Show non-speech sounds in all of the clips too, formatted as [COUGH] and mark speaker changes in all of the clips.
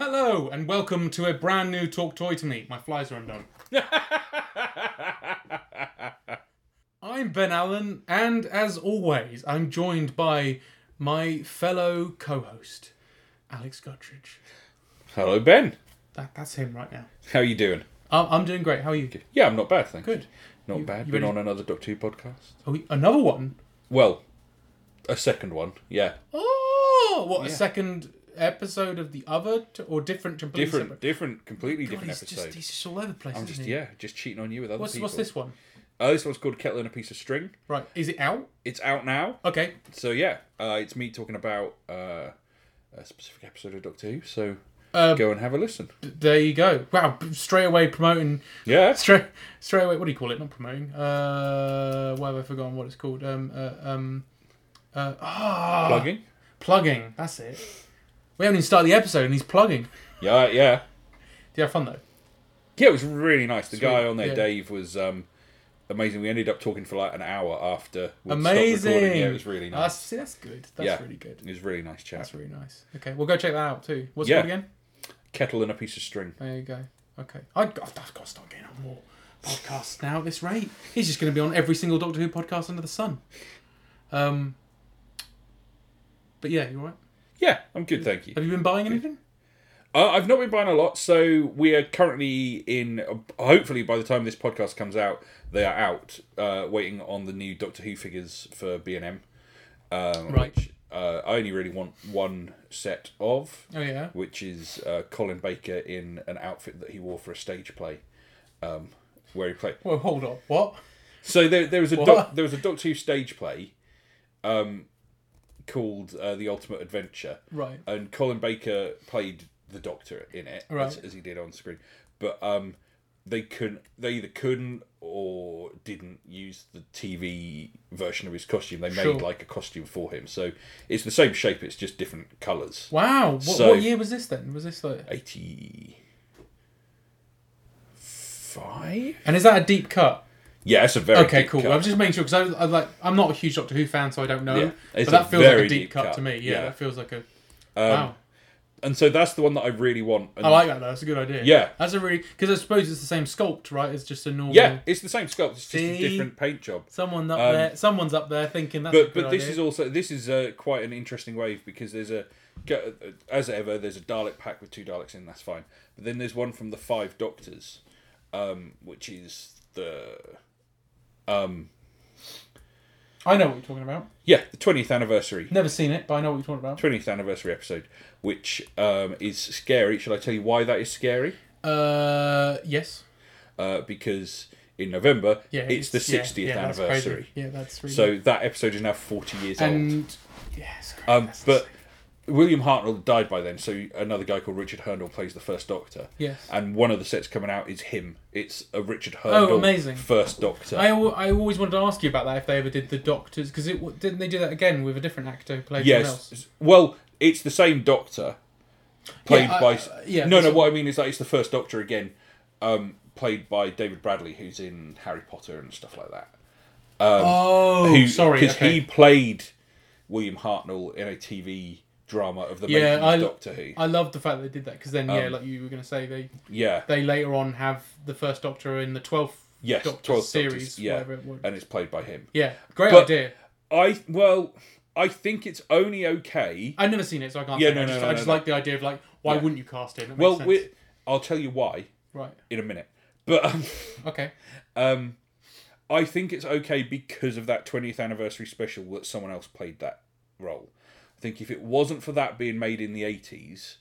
Speaker 1: Hello and welcome to a brand new Talk Toy to Me. My flies are undone. [LAUGHS] I'm Ben Allen, and as always, I'm joined by my fellow co host, Alex Guttridge.
Speaker 2: Hello, Ben.
Speaker 1: That, that's him right now.
Speaker 2: How are you doing?
Speaker 1: I'm, I'm doing great. How are you?
Speaker 2: Yeah, I'm not bad, thanks.
Speaker 1: Good.
Speaker 2: Not
Speaker 1: You-
Speaker 2: bad.
Speaker 1: you
Speaker 2: Been
Speaker 1: ready-
Speaker 2: on another Doctor Who podcast.
Speaker 1: Oh, another one?
Speaker 2: Well, a second one. Yeah,
Speaker 1: Oh, what, a
Speaker 2: Yeah.
Speaker 1: second episode of the other t- or different? completely
Speaker 2: different,
Speaker 1: separate-
Speaker 2: different, completely
Speaker 1: God,
Speaker 2: different
Speaker 1: he's
Speaker 2: episode.
Speaker 1: just, he's just all over the place.
Speaker 2: I'm
Speaker 1: isn't
Speaker 2: just
Speaker 1: he?
Speaker 2: yeah, just cheating on you with other
Speaker 1: What's,
Speaker 2: people.
Speaker 1: what's this one?
Speaker 2: Oh, this one's called Kettle and a Piece of String.
Speaker 1: Right. Is it out?
Speaker 2: It's out now.
Speaker 1: Okay.
Speaker 2: So yeah, uh, it's me talking about uh, a specific episode of Doctor Who. So
Speaker 1: Uh,
Speaker 2: go and have a listen.
Speaker 1: There you go. Wow, b- straight away promoting. [LAUGHS]
Speaker 2: Yeah.
Speaker 1: Straight, straight away. What do you call it? Not promoting. Uh, why have I forgotten what it's called? Um, uh, um, uh, ah,
Speaker 2: Plugging.
Speaker 1: plugging. That's it. We haven't even started the episode, and he's plugging.
Speaker 2: Yeah, yeah.
Speaker 1: Did you have fun though?
Speaker 2: Yeah, it was really nice. The guy on there,
Speaker 1: yeah.
Speaker 2: Dave, was um, amazing. We ended up talking for like an hour after. We'd stopped
Speaker 1: Amazing.
Speaker 2: recording. Yeah, it was really
Speaker 1: Ah,
Speaker 2: nice.
Speaker 1: see, that's good. That's
Speaker 2: Yeah.
Speaker 1: really good.
Speaker 2: It was a really nice chat.
Speaker 1: That's really nice. Okay, we'll go check that out too. What's it
Speaker 2: Yeah.
Speaker 1: called again?
Speaker 2: Kettle and a piece of string.
Speaker 1: There you go. Okay, I, I've got to start getting on more podcasts now at this rate. He's just going to be on every single Doctor Who podcast under the sun. Um, but yeah, you all right?
Speaker 2: Yeah, I'm good, thank you.
Speaker 1: Have you been buying anything?
Speaker 2: Uh, I've not been buying a lot, so we are currently in. Hopefully, by the time this podcast comes out, they are out, uh, waiting on the new Doctor Who figures for B and M. Um,
Speaker 1: Right.
Speaker 2: Which, uh, I only really want one set of,
Speaker 1: Oh yeah.
Speaker 2: which is uh, Colin Baker in an outfit that he wore for a stage play, um, where he played.
Speaker 1: Well, hold on. What?
Speaker 2: So there, there was a doc,
Speaker 1: What?
Speaker 2: there was a Doctor Who stage play, um, called uh, The Ultimate Adventure,
Speaker 1: Right.
Speaker 2: and Colin Baker played the Doctor in it as,
Speaker 1: Right.
Speaker 2: as he did on screen. But um, they couldn't. They either couldn't or didn't use the TV version of his costume. They made
Speaker 1: Sure.
Speaker 2: like a costume for him, so it's the same shape. It's just different colours.
Speaker 1: Wow. What,
Speaker 2: So-
Speaker 1: what year was this then? Was this like?
Speaker 2: Eighty five.
Speaker 1: And is that a deep cut?
Speaker 2: Yeah, it's a very
Speaker 1: Okay,
Speaker 2: thick
Speaker 1: cool.
Speaker 2: cut.
Speaker 1: I'm just making sure because I, I like I'm not a huge Doctor Who fan, so I don't know.
Speaker 2: Yeah.
Speaker 1: But
Speaker 2: It's a
Speaker 1: that feels like a
Speaker 2: very
Speaker 1: deep, cut, to me. Yeah,
Speaker 2: yeah. Um,
Speaker 1: that feels like a. wow.
Speaker 2: and so that's the one that I really want. And
Speaker 1: I like that though. That's a good idea.
Speaker 2: Yeah.
Speaker 1: That's a really because I suppose it's the same sculpt, right? It's just a normal.
Speaker 2: Yeah, it's the same sculpt. It's just
Speaker 1: See?
Speaker 2: a different paint job.
Speaker 1: Someone up
Speaker 2: Um,
Speaker 1: there. Someone's up there thinking that's. a
Speaker 2: But
Speaker 1: good
Speaker 2: but this
Speaker 1: idea.
Speaker 2: is also this is uh, quite an interesting wave because there's a uh, as ever there's a Dalek pack with two Daleks in. That's fine. But then there's one from the Five Doctors, um, which is the
Speaker 1: I know what you're talking about.
Speaker 2: yeah the twentieth anniversary.
Speaker 1: Never seen it, but I know what you're talking about.
Speaker 2: 20th anniversary episode, which um, is scary. Shall I tell you why that is scary?
Speaker 1: Uh, yes.
Speaker 2: Uh, because in November,
Speaker 1: Yeah.
Speaker 2: it's, the
Speaker 1: yeah,
Speaker 2: 60th
Speaker 1: yeah, that's crazy.
Speaker 2: anniversary.
Speaker 1: Yeah, that's really.
Speaker 2: So that episode is now 40 years old.
Speaker 1: and yes.
Speaker 2: Um, but William Hartnell died by then, so another guy called Richard Herndon plays the First Doctor.
Speaker 1: Yes.
Speaker 2: And one of the sets coming out is him. It's a Richard Herndon
Speaker 1: Oh, amazing.
Speaker 2: First Doctor.
Speaker 1: I, al- I always wanted to ask you about that if they ever did the Doctors because it w- didn't they do that again with a different actor who played someone
Speaker 2: yes.
Speaker 1: else.
Speaker 2: Well, it's the same Doctor played
Speaker 1: Yeah, I-
Speaker 2: by.
Speaker 1: uh, yeah,
Speaker 2: no, no.
Speaker 1: that's-
Speaker 2: What I mean is that it's the First Doctor again, um, played by David Bradley, who's in Harry Potter and stuff like that.
Speaker 1: oh,
Speaker 2: um, Who-
Speaker 1: sorry. Okay.
Speaker 2: he played William Hartnell in a TV drama of the
Speaker 1: Yeah,
Speaker 2: making
Speaker 1: I-
Speaker 2: of Doctor Who.
Speaker 1: I love the fact that they did that because then
Speaker 2: Um,
Speaker 1: yeah, like you were going to say they
Speaker 2: yeah.
Speaker 1: they later on have the first Doctor in the twelfth
Speaker 2: Yes,
Speaker 1: Doctor
Speaker 2: 12
Speaker 1: series,
Speaker 2: Doctors, yeah.
Speaker 1: whatever it was.
Speaker 2: and it's played by him.
Speaker 1: Yeah, great
Speaker 2: But-
Speaker 1: idea.
Speaker 2: I well, I think it's only okay.
Speaker 1: I've never seen it, so I can't.
Speaker 2: Yeah,
Speaker 1: say.
Speaker 2: no,
Speaker 1: I
Speaker 2: no,
Speaker 1: just,
Speaker 2: no,
Speaker 1: I
Speaker 2: no,
Speaker 1: just
Speaker 2: no.
Speaker 1: like the idea of like, why
Speaker 2: Yeah.
Speaker 1: wouldn't you cast it? It makes
Speaker 2: Well,
Speaker 1: sense.
Speaker 2: we I'll tell you why
Speaker 1: right.
Speaker 2: in a minute. But um, [LAUGHS]
Speaker 1: Okay.
Speaker 2: um, I think it's okay because of that 20th anniversary special that someone else played that role. I think if it wasn't for that being made in the 80s,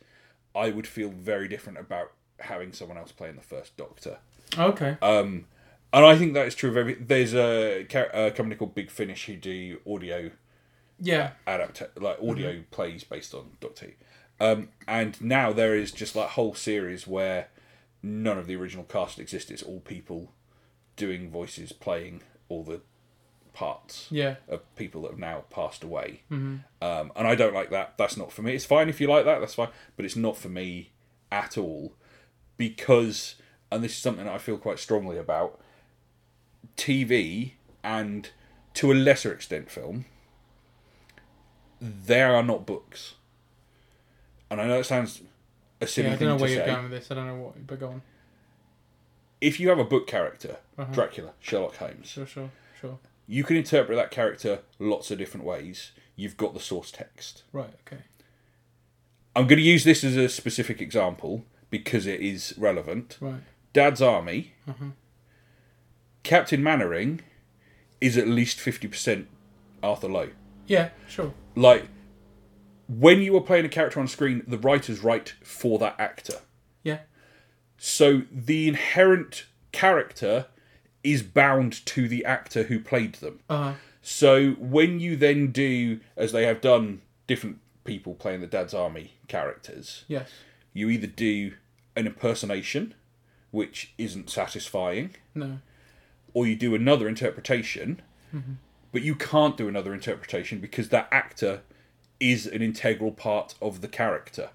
Speaker 2: I would feel very different about having someone else playing the first Doctor.
Speaker 1: Okay.
Speaker 2: Um, and I think that is true of every. There's a, ca- a company called Big Finish who do audio
Speaker 1: yeah.
Speaker 2: adapt like audio plays based on Doctor Who. Um, and now there is just like whole series where none of the original cast exists. It's all people doing voices, playing all the parts
Speaker 1: Yeah.
Speaker 2: of people that have now passed away.
Speaker 1: Mm-hmm.
Speaker 2: Um, and I don't like that. That's not for me. It's fine if you like that. That's fine. But it's not for me at all because, and this is something that I feel quite strongly about. TV and to a lesser extent film, they are not books. And I know it sounds a silly
Speaker 1: yeah, I
Speaker 2: thing
Speaker 1: don't know
Speaker 2: to
Speaker 1: where
Speaker 2: say.
Speaker 1: you're going with this. I don't know what, but go on.
Speaker 2: If you have a book character,
Speaker 1: Uh-huh.
Speaker 2: Dracula, Sherlock Holmes,
Speaker 1: Sure, sure, sure.
Speaker 2: you can interpret that character lots of different ways. You've got the source text.
Speaker 1: Right, okay.
Speaker 2: I'm going to use this as a specific example because it is relevant.
Speaker 1: Right.
Speaker 2: Dad's Army, Captain Mannering is at least 50% Arthur Lowe.
Speaker 1: Yeah, sure.
Speaker 2: Like, when you are playing a character on screen, the writers write for that actor.
Speaker 1: Yeah.
Speaker 2: So the inherent character is bound to the actor who played them.
Speaker 1: Uh,
Speaker 2: So when you then do, as they have done, different people playing the Dad's Army characters,
Speaker 1: yes.
Speaker 2: you either do an impersonation, which isn't satisfying,
Speaker 1: No.
Speaker 2: or you do another interpretation,
Speaker 1: Mm-hmm.
Speaker 2: but you can't do another interpretation because that actor is an integral part of the character.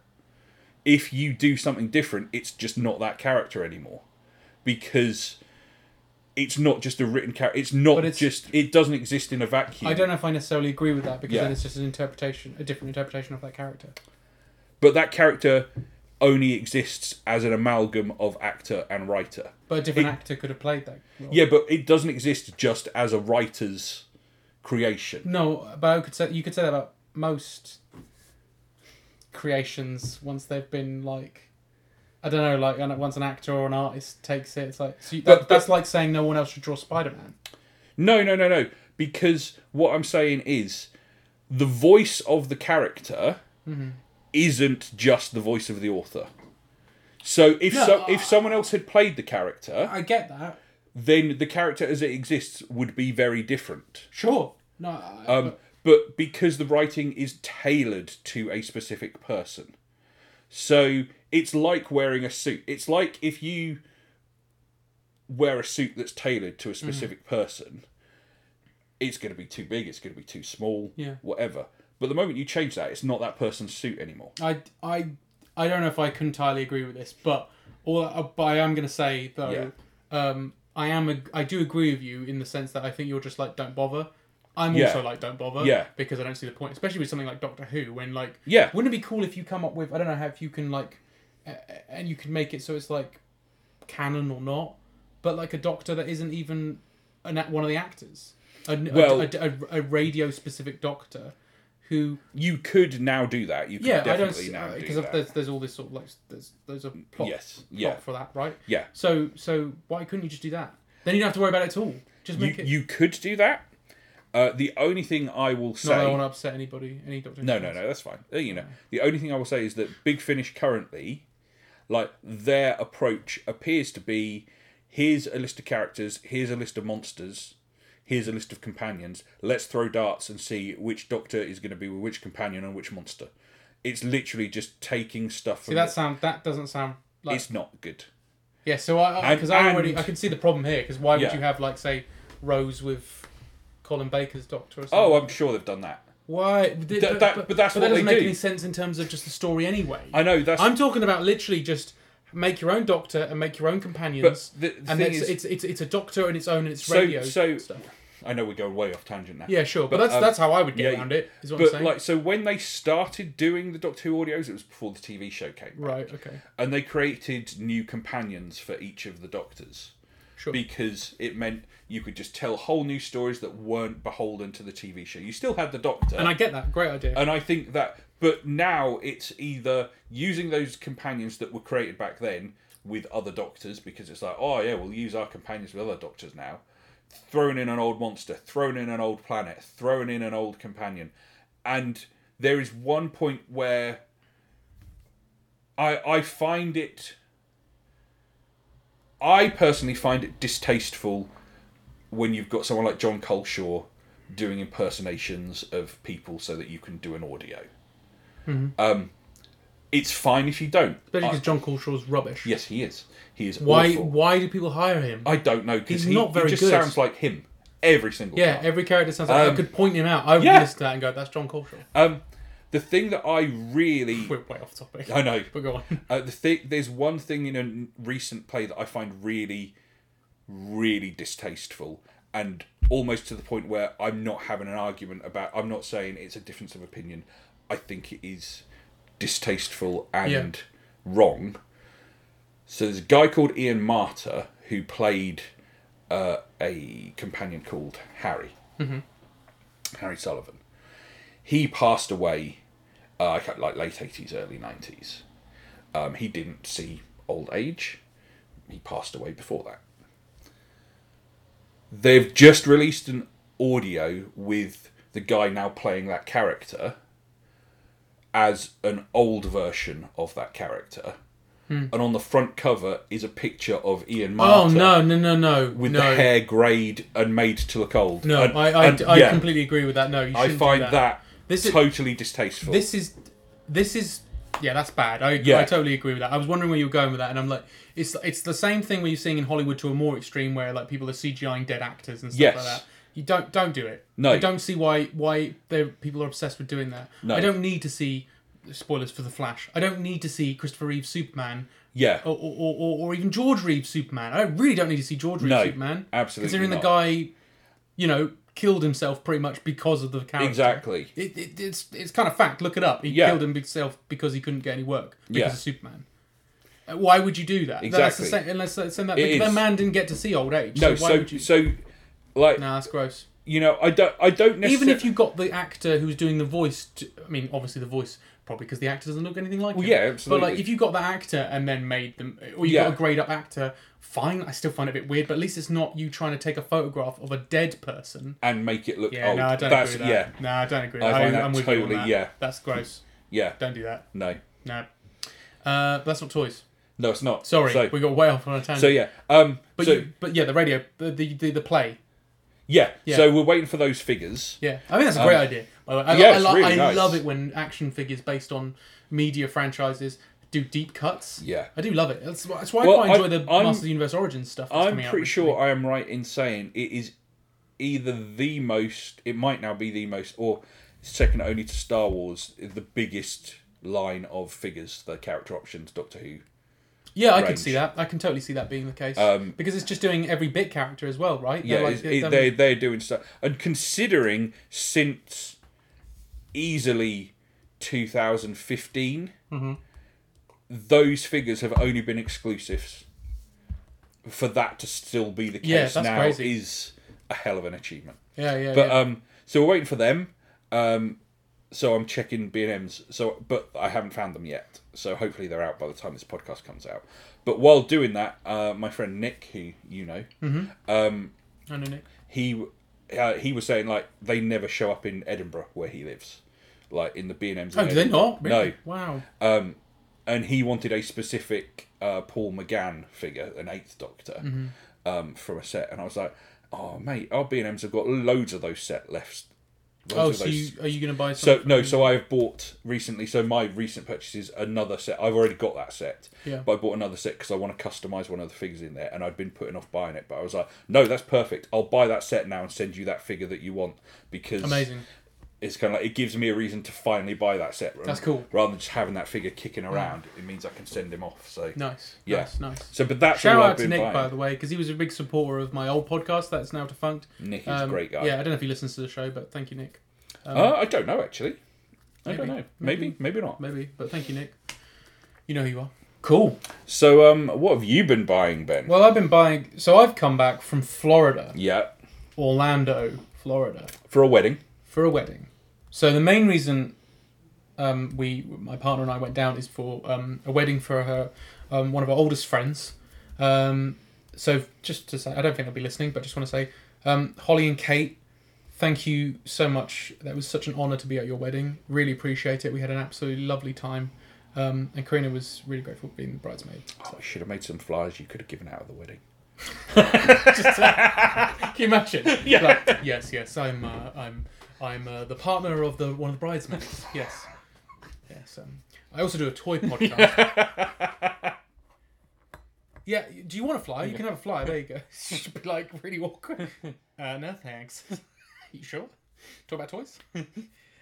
Speaker 2: If you do something different, it's just not that character anymore because it's not just a written character. It's not
Speaker 1: But it's-
Speaker 2: just. It doesn't exist in a vacuum.
Speaker 1: I don't know if I necessarily agree with that because
Speaker 2: Yeah.
Speaker 1: then it's just an interpretation, a different interpretation of that character.
Speaker 2: But that character only exists as an amalgam of actor and writer.
Speaker 1: But a different actor could have played that. role.
Speaker 2: Yeah, but it doesn't exist just as a writer's creation.
Speaker 1: No, but I could say you could say that about most creations once they've been like. I don't know, like and once an actor or an artist takes it, it's like so you, that,
Speaker 2: But- but-
Speaker 1: that's like saying no one else should draw Spider-Man.
Speaker 2: No, no, no, no. Because what I'm saying is the voice of the character isn't just the voice of the author. So if
Speaker 1: No,
Speaker 2: so,
Speaker 1: I-
Speaker 2: if someone else had played the character,
Speaker 1: I get that,
Speaker 2: then the character as it exists would be very different.
Speaker 1: sure. No, I-
Speaker 2: Um, but because the writing is tailored to a specific person. So it's like wearing a suit. It's like if you wear a suit that's tailored to a
Speaker 1: Mm-hmm.
Speaker 2: specific person, it's going to be too big, it's going to be too small,
Speaker 1: Yeah.
Speaker 2: whatever. But the moment you change that, it's not that person's suit anymore.
Speaker 1: I, I, I don't know if I can entirely agree with this, but all uh, but I am going to say though, um, I am a, I do agree with you in the sense that I think you're just like don't bother. I'm
Speaker 2: Yeah.
Speaker 1: also like don't bother,
Speaker 2: Yeah.
Speaker 1: because I don't see the point, especially with something like Doctor Who, when like,
Speaker 2: Yeah.
Speaker 1: wouldn't it be cool if you come up with I don't know how if you can like, a- a- and you can make it so it's like canon or not, but like a Doctor that isn't even an, act- one of the actors, a, a-
Speaker 2: Well-
Speaker 1: a, radio specific Doctor, who
Speaker 2: You could now do that. You could
Speaker 1: yeah, I don't
Speaker 2: definitely
Speaker 1: see
Speaker 2: now do
Speaker 1: because
Speaker 2: that.
Speaker 1: there's there's all this sort of like there's there's a plot,
Speaker 2: Yes,
Speaker 1: plot
Speaker 2: yeah.
Speaker 1: for that, right?
Speaker 2: Yeah.
Speaker 1: So so why couldn't you just do that? Then you don't have to worry about it at all. Just
Speaker 2: You,
Speaker 1: make it.
Speaker 2: you could do that. Uh, the only thing I will say.
Speaker 1: not that I want to upset anybody, any doctor.
Speaker 2: No, no, no, that's fine. Uh, You know, the only thing I will say is that Big Finish currently, like their approach appears to be, here's a list of characters, here's a list of monsters, here's a list of companions. Let's throw darts and see which Doctor is going to be with which companion and which monster. It's literally just taking stuff.
Speaker 1: See,
Speaker 2: From
Speaker 1: that sound that doesn't sound like
Speaker 2: it's not good.
Speaker 1: yeah. So I
Speaker 2: And-
Speaker 1: because I already
Speaker 2: and-
Speaker 1: I can see the problem here because why would
Speaker 2: Yeah.
Speaker 1: you have like say Rose with Colin Baker's doctor or something?
Speaker 2: Oh, I'm sure they've done that.
Speaker 1: why? Th-
Speaker 2: that- but that's
Speaker 1: but
Speaker 2: what
Speaker 1: that doesn't
Speaker 2: they
Speaker 1: make
Speaker 2: do.
Speaker 1: any sense in terms of just the story anyway.
Speaker 2: I know that's.
Speaker 1: I'm talking about literally just make your own doctor and make your own companions.
Speaker 2: But the- the
Speaker 1: and
Speaker 2: thing
Speaker 1: it's,
Speaker 2: is-
Speaker 1: it's it's it's a doctor and its own and it's
Speaker 2: So-
Speaker 1: radio
Speaker 2: so-
Speaker 1: stuff.
Speaker 2: I know we're going way off tangent now.
Speaker 1: Yeah, sure. But,
Speaker 2: But,
Speaker 1: that's
Speaker 2: um,
Speaker 1: that's how I would get
Speaker 2: yeah,
Speaker 1: around it. Is what I'm
Speaker 2: But
Speaker 1: saying.
Speaker 2: like, so when they started doing the Doctor Who audios, it was before the TV show came.
Speaker 1: right. Okay.
Speaker 2: and they created new companions for each of the doctors
Speaker 1: Sure.
Speaker 2: because it meant you could just tell whole new stories that weren't beholden to the TV show. You still had the doctor,
Speaker 1: and I get that. Great idea.
Speaker 2: and I think that, but now it's either using those companions that were created back then with other doctors because it's like, oh yeah, we'll use our companions with other doctors now. Thrown in an old monster, thrown in an old planet, thrown in an old companion, and there is one point where I I find it. I personally find it distasteful when you've got someone like John Coleshaw doing impersonations of people so that you can do an audio.
Speaker 1: Mm-hmm.
Speaker 2: Um, it's fine if you don't.
Speaker 1: Especially
Speaker 2: I-
Speaker 1: because John Culshaw's rubbish.
Speaker 2: yes, he is. He is
Speaker 1: why
Speaker 2: awful.
Speaker 1: why do people hire him?
Speaker 2: I don't know because
Speaker 1: He's
Speaker 2: he,
Speaker 1: not
Speaker 2: he
Speaker 1: very
Speaker 2: just
Speaker 1: good.
Speaker 2: sounds like him every single
Speaker 1: yeah,
Speaker 2: time.
Speaker 1: every character sounds like I
Speaker 2: Um,
Speaker 1: could point him out. I would
Speaker 2: yeah.
Speaker 1: listen to that and go, "That's John Culshaw."
Speaker 2: Um, the thing that I really,
Speaker 1: [LAUGHS] We're way off topic.
Speaker 2: I know,
Speaker 1: But go on.
Speaker 2: [LAUGHS] Uh, the thi- there's one thing in a n- recent play that I find really, really distasteful, and almost to the point where I'm not having an argument about. I'm not saying it's a difference of opinion. I think it is distasteful and wrong. So there's a guy called Ian Marter who played uh, a companion called Harry, Harry Sullivan. He passed away, uh, I can't- like late eighties, early nineties. Um, he didn't see old age. He passed away before that. They've just released an audio with the guy now playing that character as an old version of that character. And on the front cover is a picture of Ian
Speaker 1: Hmm. Oh
Speaker 2: Marter
Speaker 1: no, no, no, no,
Speaker 2: with
Speaker 1: no,
Speaker 2: the hair grayed and made to look old.
Speaker 1: no.
Speaker 2: And-
Speaker 1: I, I,
Speaker 2: and-
Speaker 1: I
Speaker 2: yeah,
Speaker 1: completely agree with that. No, you
Speaker 2: I
Speaker 1: shouldn't do
Speaker 2: find that,
Speaker 1: This is-
Speaker 2: totally distasteful.
Speaker 1: This is, this is, yeah, that's bad. I,
Speaker 2: Yeah.
Speaker 1: I totally agree with that. I was wondering where you were going with that, and I'm like, it's it's the same thing where you're seeing in Hollywood to a more extreme, where like people are CGIing dead actors and stuff
Speaker 2: Yes.
Speaker 1: like that. You don't don't do it.
Speaker 2: No.
Speaker 1: I don't see why why they people are obsessed with doing that.
Speaker 2: No.
Speaker 1: I don't need to see spoilers for the Flash. I don't need to see Christopher Reeve Superman
Speaker 2: yeah,
Speaker 1: or, or, or, or- or even George Reeves Superman. I really don't need to see George Reeves
Speaker 2: No,
Speaker 1: Superman.
Speaker 2: absolutely
Speaker 1: Considering the
Speaker 2: not.
Speaker 1: guy, you know, killed himself pretty much because of the character.
Speaker 2: exactly.
Speaker 1: It, it, it's it's kind of fact. Look it up. He
Speaker 2: Yeah.
Speaker 1: killed himself because he couldn't get any work because
Speaker 2: Yeah.
Speaker 1: of Superman. Uh, Why would you do that? That's the
Speaker 2: Exactly.
Speaker 1: same, unless that's in that,
Speaker 2: It
Speaker 1: because that
Speaker 2: is.
Speaker 1: man didn't get to see old age.
Speaker 2: No,
Speaker 1: so why
Speaker 2: so
Speaker 1: would you?
Speaker 2: so like
Speaker 1: nah, that's gross.
Speaker 2: you know, I don't I don't
Speaker 1: Even
Speaker 2: necessarily
Speaker 1: if you got the actor who's doing the voice, to, I mean, obviously the voice probably because the actor doesn't look anything like
Speaker 2: Well,
Speaker 1: him.
Speaker 2: yeah, absolutely.
Speaker 1: But like, if you got the actor and then made them, or you
Speaker 2: Yeah.
Speaker 1: got a grade up actor, fine. I still find it a bit weird, but at least it's not you trying to take a photograph of a dead person.
Speaker 2: and make it look
Speaker 1: Yeah,
Speaker 2: old.
Speaker 1: no, I don't
Speaker 2: Oh, That's
Speaker 1: agree with
Speaker 2: yeah,
Speaker 1: that. No, I don't agree.
Speaker 2: I find that
Speaker 1: am with you on
Speaker 2: totally-
Speaker 1: that.
Speaker 2: yeah.
Speaker 1: That's gross.
Speaker 2: yeah.
Speaker 1: Don't do that.
Speaker 2: No.
Speaker 1: No. Uh, but that's not toys.
Speaker 2: No, it's not.
Speaker 1: Sorry,
Speaker 2: So,
Speaker 1: we got way off on a tangent.
Speaker 2: so yeah. Um
Speaker 1: but
Speaker 2: so
Speaker 1: you, but yeah, the radio, the the, the, the play.
Speaker 2: yeah.
Speaker 1: Yeah.
Speaker 2: So we're waiting for those figures.
Speaker 1: Yeah, I think that's a great
Speaker 2: Um,
Speaker 1: idea. by the way. I,
Speaker 2: yeah,
Speaker 1: I,
Speaker 2: it's
Speaker 1: lo-
Speaker 2: really
Speaker 1: I
Speaker 2: nice.
Speaker 1: love it when action figures based on media franchises do deep cuts.
Speaker 2: Yeah.
Speaker 1: I do love it. That's, why- that's why
Speaker 2: Well,
Speaker 1: I quite enjoy
Speaker 2: I-
Speaker 1: the
Speaker 2: I'm-
Speaker 1: Masters of the Universe Origins stuff. That's
Speaker 2: I'm
Speaker 1: coming out
Speaker 2: pretty
Speaker 1: recently.
Speaker 2: sure I am right in saying it is either the most it might now be the most or second only to Star Wars the biggest line of figures, the character options, Doctor Who.
Speaker 1: Yeah, I can
Speaker 2: range.
Speaker 1: see that. I can totally see that being the case
Speaker 2: Um,
Speaker 1: because it's just doing every bit character as well, right?
Speaker 2: Yeah,
Speaker 1: They're like-
Speaker 2: it's- it-
Speaker 1: they're-
Speaker 2: they they're doing stuff, and considering since easily 2015,
Speaker 1: Mm-hmm.
Speaker 2: those figures have only been exclusives. For that to still be the case
Speaker 1: Yeah, that's
Speaker 2: now
Speaker 1: crazy.
Speaker 2: is a hell of an achievement.
Speaker 1: yeah, yeah.
Speaker 2: But
Speaker 1: yeah.
Speaker 2: um, so we're waiting for them. Um, so I'm checking B and M's. So, but I haven't found them yet. So hopefully they're out by the time this podcast comes out. But while doing that, uh, my friend Nick, who you know,
Speaker 1: I don't know.
Speaker 2: he uh, he was saying like they never show up in Edinburgh where he lives, like in the B and M's.
Speaker 1: Oh, do they not? Really?
Speaker 2: um, No,
Speaker 1: Wow.
Speaker 2: and he wanted a specific uh, Paul McGann figure, an Eighth Doctor,
Speaker 1: Mm-hmm.
Speaker 2: um, from a set, and I was like, oh mate, our B and M's have got loads of those set left. Loads
Speaker 1: Oh,
Speaker 2: of
Speaker 1: so
Speaker 2: those
Speaker 1: you, are you going to buy some?
Speaker 2: So no, so I have bought recently. So my recent purchase is another set. I've already got that set,
Speaker 1: Yeah.
Speaker 2: but I bought another set because I want to customize one of the figures in there, and I'd been putting off buying it. But I was like, no, that's perfect. I'll buy that set now and send you that figure that you want because
Speaker 1: Amazing.
Speaker 2: It's kind of like it gives me a reason to finally buy that set.
Speaker 1: That's cool.
Speaker 2: Rather than just having that figure kicking around, it means I can send him off. So
Speaker 1: Nice.
Speaker 2: Yeah.
Speaker 1: Nice. Nice.
Speaker 2: So, but that's
Speaker 1: Shout
Speaker 2: all I've
Speaker 1: out to
Speaker 2: been
Speaker 1: Nick,
Speaker 2: buying.
Speaker 1: by the way, because he was a big supporter of my old podcast that's now defunct.
Speaker 2: Nick is a great guy.
Speaker 1: Um, Yeah, I don't know if he listens to the show, but thank you, Nick.
Speaker 2: uh, I don't know actually. I don't
Speaker 1: Maybe.
Speaker 2: know. Maybe, maybe not.
Speaker 1: Maybe, but thank you, Nick. You know who you are. Cool.
Speaker 2: So, um, what have you been buying, Ben?
Speaker 1: Well, I've been buying. So I've come back from Florida,
Speaker 2: yeah,
Speaker 1: Orlando, Florida,
Speaker 2: for a wedding.
Speaker 1: for a wedding. So the main reason um, we, my partner and I, went down is for um, a wedding for her, um, one of our oldest friends. Um, so just to say, I don't think they'll be listening, but just want to say, um, Holly and Kate, thank you so much. That was such an honour to be at your wedding. Really appreciate it. We had an absolutely lovely time, um, and Karina was really grateful for being the bridesmaid.
Speaker 2: Oh, I should have made some flyers you could have given out at the wedding.
Speaker 1: Can you imagine? [LAUGHS] yeah. Like, yes, yes. I'm, uh, I'm, I'm uh, the partner of the one of the bridesmaids. Yes. Yes. Um, I also do a [LAUGHS] toy podcast. yeah. Do you want a fly? You can have a fly. There you [LAUGHS] go. Should be like really [LAUGHS] awkward. Uh, no, [LAUGHS] thanks. you sure? Talk about toys.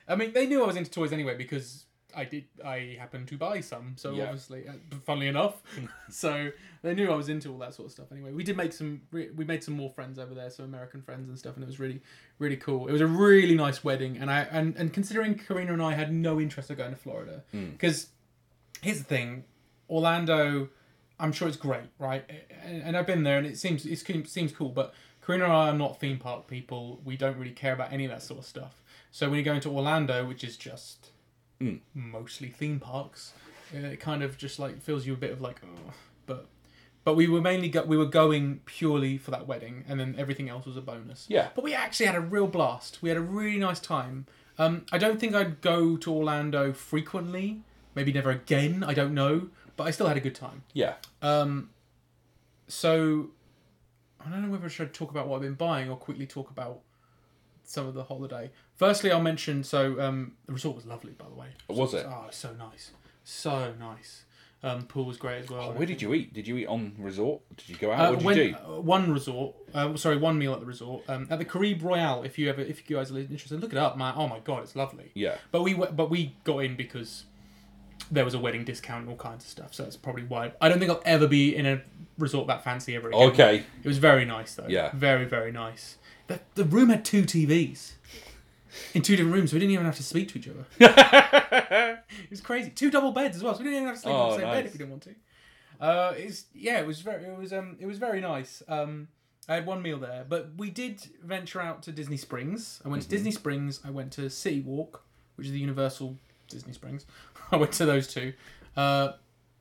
Speaker 1: I mean, they knew I was into toys anyway because I did. I happened to buy some, so
Speaker 2: Yeah.
Speaker 1: obviously, uh, funnily enough, so they knew I was into all that sort of stuff. Anyway, we did make some. re- We made some more friends over there, some American friends and stuff, and it was really, really cool. It was a really nice wedding, and I and and considering Karina and I had no interest of going to Florida because here's the thing Orlando, I'm sure it's great, right? And, and I've been there, and it seems it seems cool. But Karina and I are not theme park people. We don't really care about any of that sort of stuff. So when you go into Orlando, which is just mostly theme parks, uh, it kind of just like fills you a bit of like, oh, but. But we were mainly go- we were going purely for that wedding, and then everything else was a bonus.
Speaker 2: Yeah.
Speaker 1: But we actually had a real blast. We had a really nice time. Um, I don't think I'd go to Orlando frequently. Maybe never again. I don't know. But I still had a good time.
Speaker 2: Yeah.
Speaker 1: So I don't know whether I should talk about what I've been buying or quickly talk about some of the holiday. Firstly, I'll mention so um, the resort was lovely, by the way.
Speaker 2: Was it?
Speaker 1: Oh, it was so nice, so nice. Um, pool was great as well.
Speaker 2: Oh, Where did you eat? Did you eat on resort? Did you go out?
Speaker 1: Uh,
Speaker 2: what did
Speaker 1: when-
Speaker 2: you do?
Speaker 1: uh, one resort, uh, sorry, one meal at the resort um, at the Caribe Royale. If you ever, if you guys are interested, look it up, man. Oh my god, it's lovely.
Speaker 2: Yeah.
Speaker 1: But we w- but we got in because there was a wedding discount and all kinds of stuff. So that's probably why. I don't think I'll ever be in a resort that fancy ever again.
Speaker 2: Okay.
Speaker 1: It was very nice though.
Speaker 2: Yeah.
Speaker 1: Very very nice. The, the room had two TVs in two different rooms. So we didn't even have to speak to each
Speaker 2: [LAUGHS]
Speaker 1: other. it was crazy. Two double beds as well. So we didn't even have to sleep on
Speaker 2: Oh,
Speaker 1: the same bed
Speaker 2: nice.
Speaker 1: if we didn't want to. Uh, it's yeah, it was very, it was um, it was very nice. Um, I had one meal there, but we did venture out to Disney Springs. I went
Speaker 2: Mm-hmm.
Speaker 1: to Disney Springs. I went to City Walk, which is the Universal Disney Springs. [LAUGHS] I went to those two. Uh,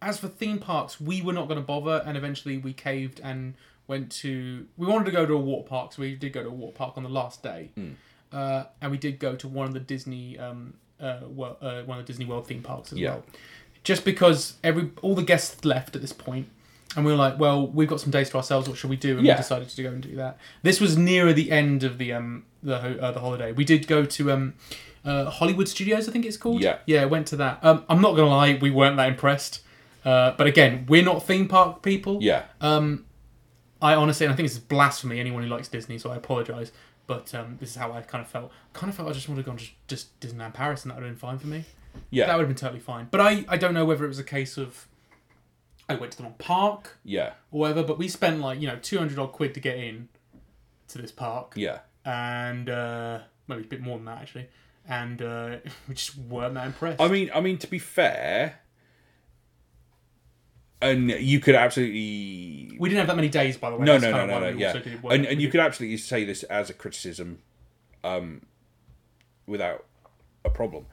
Speaker 1: as for theme parks, we were not going to bother, and eventually we caved and went to. We wanted to go to a water park, so we did go to a water park on the last day,
Speaker 2: Hmm.
Speaker 1: uh, and we did go to one of the Disney um, uh, well, uh, one of the Disney World theme parks as
Speaker 2: Yeah.
Speaker 1: well just because every all the guests left at this point and we were like well we've got some days to ourselves what should we do and
Speaker 2: Yeah.
Speaker 1: we decided to go and do that this was nearer the end of the um the ho- uh, the holiday we did go to um uh, Hollywood Studios I think it's called
Speaker 2: Yeah.
Speaker 1: yeah went to that um I'm not gonna lie we weren't that impressed uh, but again we're not theme park people Um,
Speaker 2: Yeah.
Speaker 1: I honestly, and I think this is blasphemy. Anyone who likes Disney, so I apologize. But um, this is how I kind of felt. kind of felt I just would have gone to just Disneyland Paris, and that would have been fine for me.
Speaker 2: Yeah.
Speaker 1: that would have been totally fine. But I, I don't know whether it was a case of I went to the wrong park
Speaker 2: yeah.
Speaker 1: or whatever. But we spent like you know two hundred odd quid to get in to this park,
Speaker 2: Yeah.
Speaker 1: and uh, maybe a bit more than that actually. And uh, [LAUGHS] we just weren't that impressed.
Speaker 2: I mean, I mean to be fair, and you could absolutely
Speaker 1: we didn't have that many days, by the way.
Speaker 2: no,
Speaker 1: That's
Speaker 2: no, no,
Speaker 1: kind of
Speaker 2: no,
Speaker 1: why
Speaker 2: no,
Speaker 1: we
Speaker 2: yeah,
Speaker 1: also did work.
Speaker 2: and and you could absolutely say this as a criticism, um, without a problem,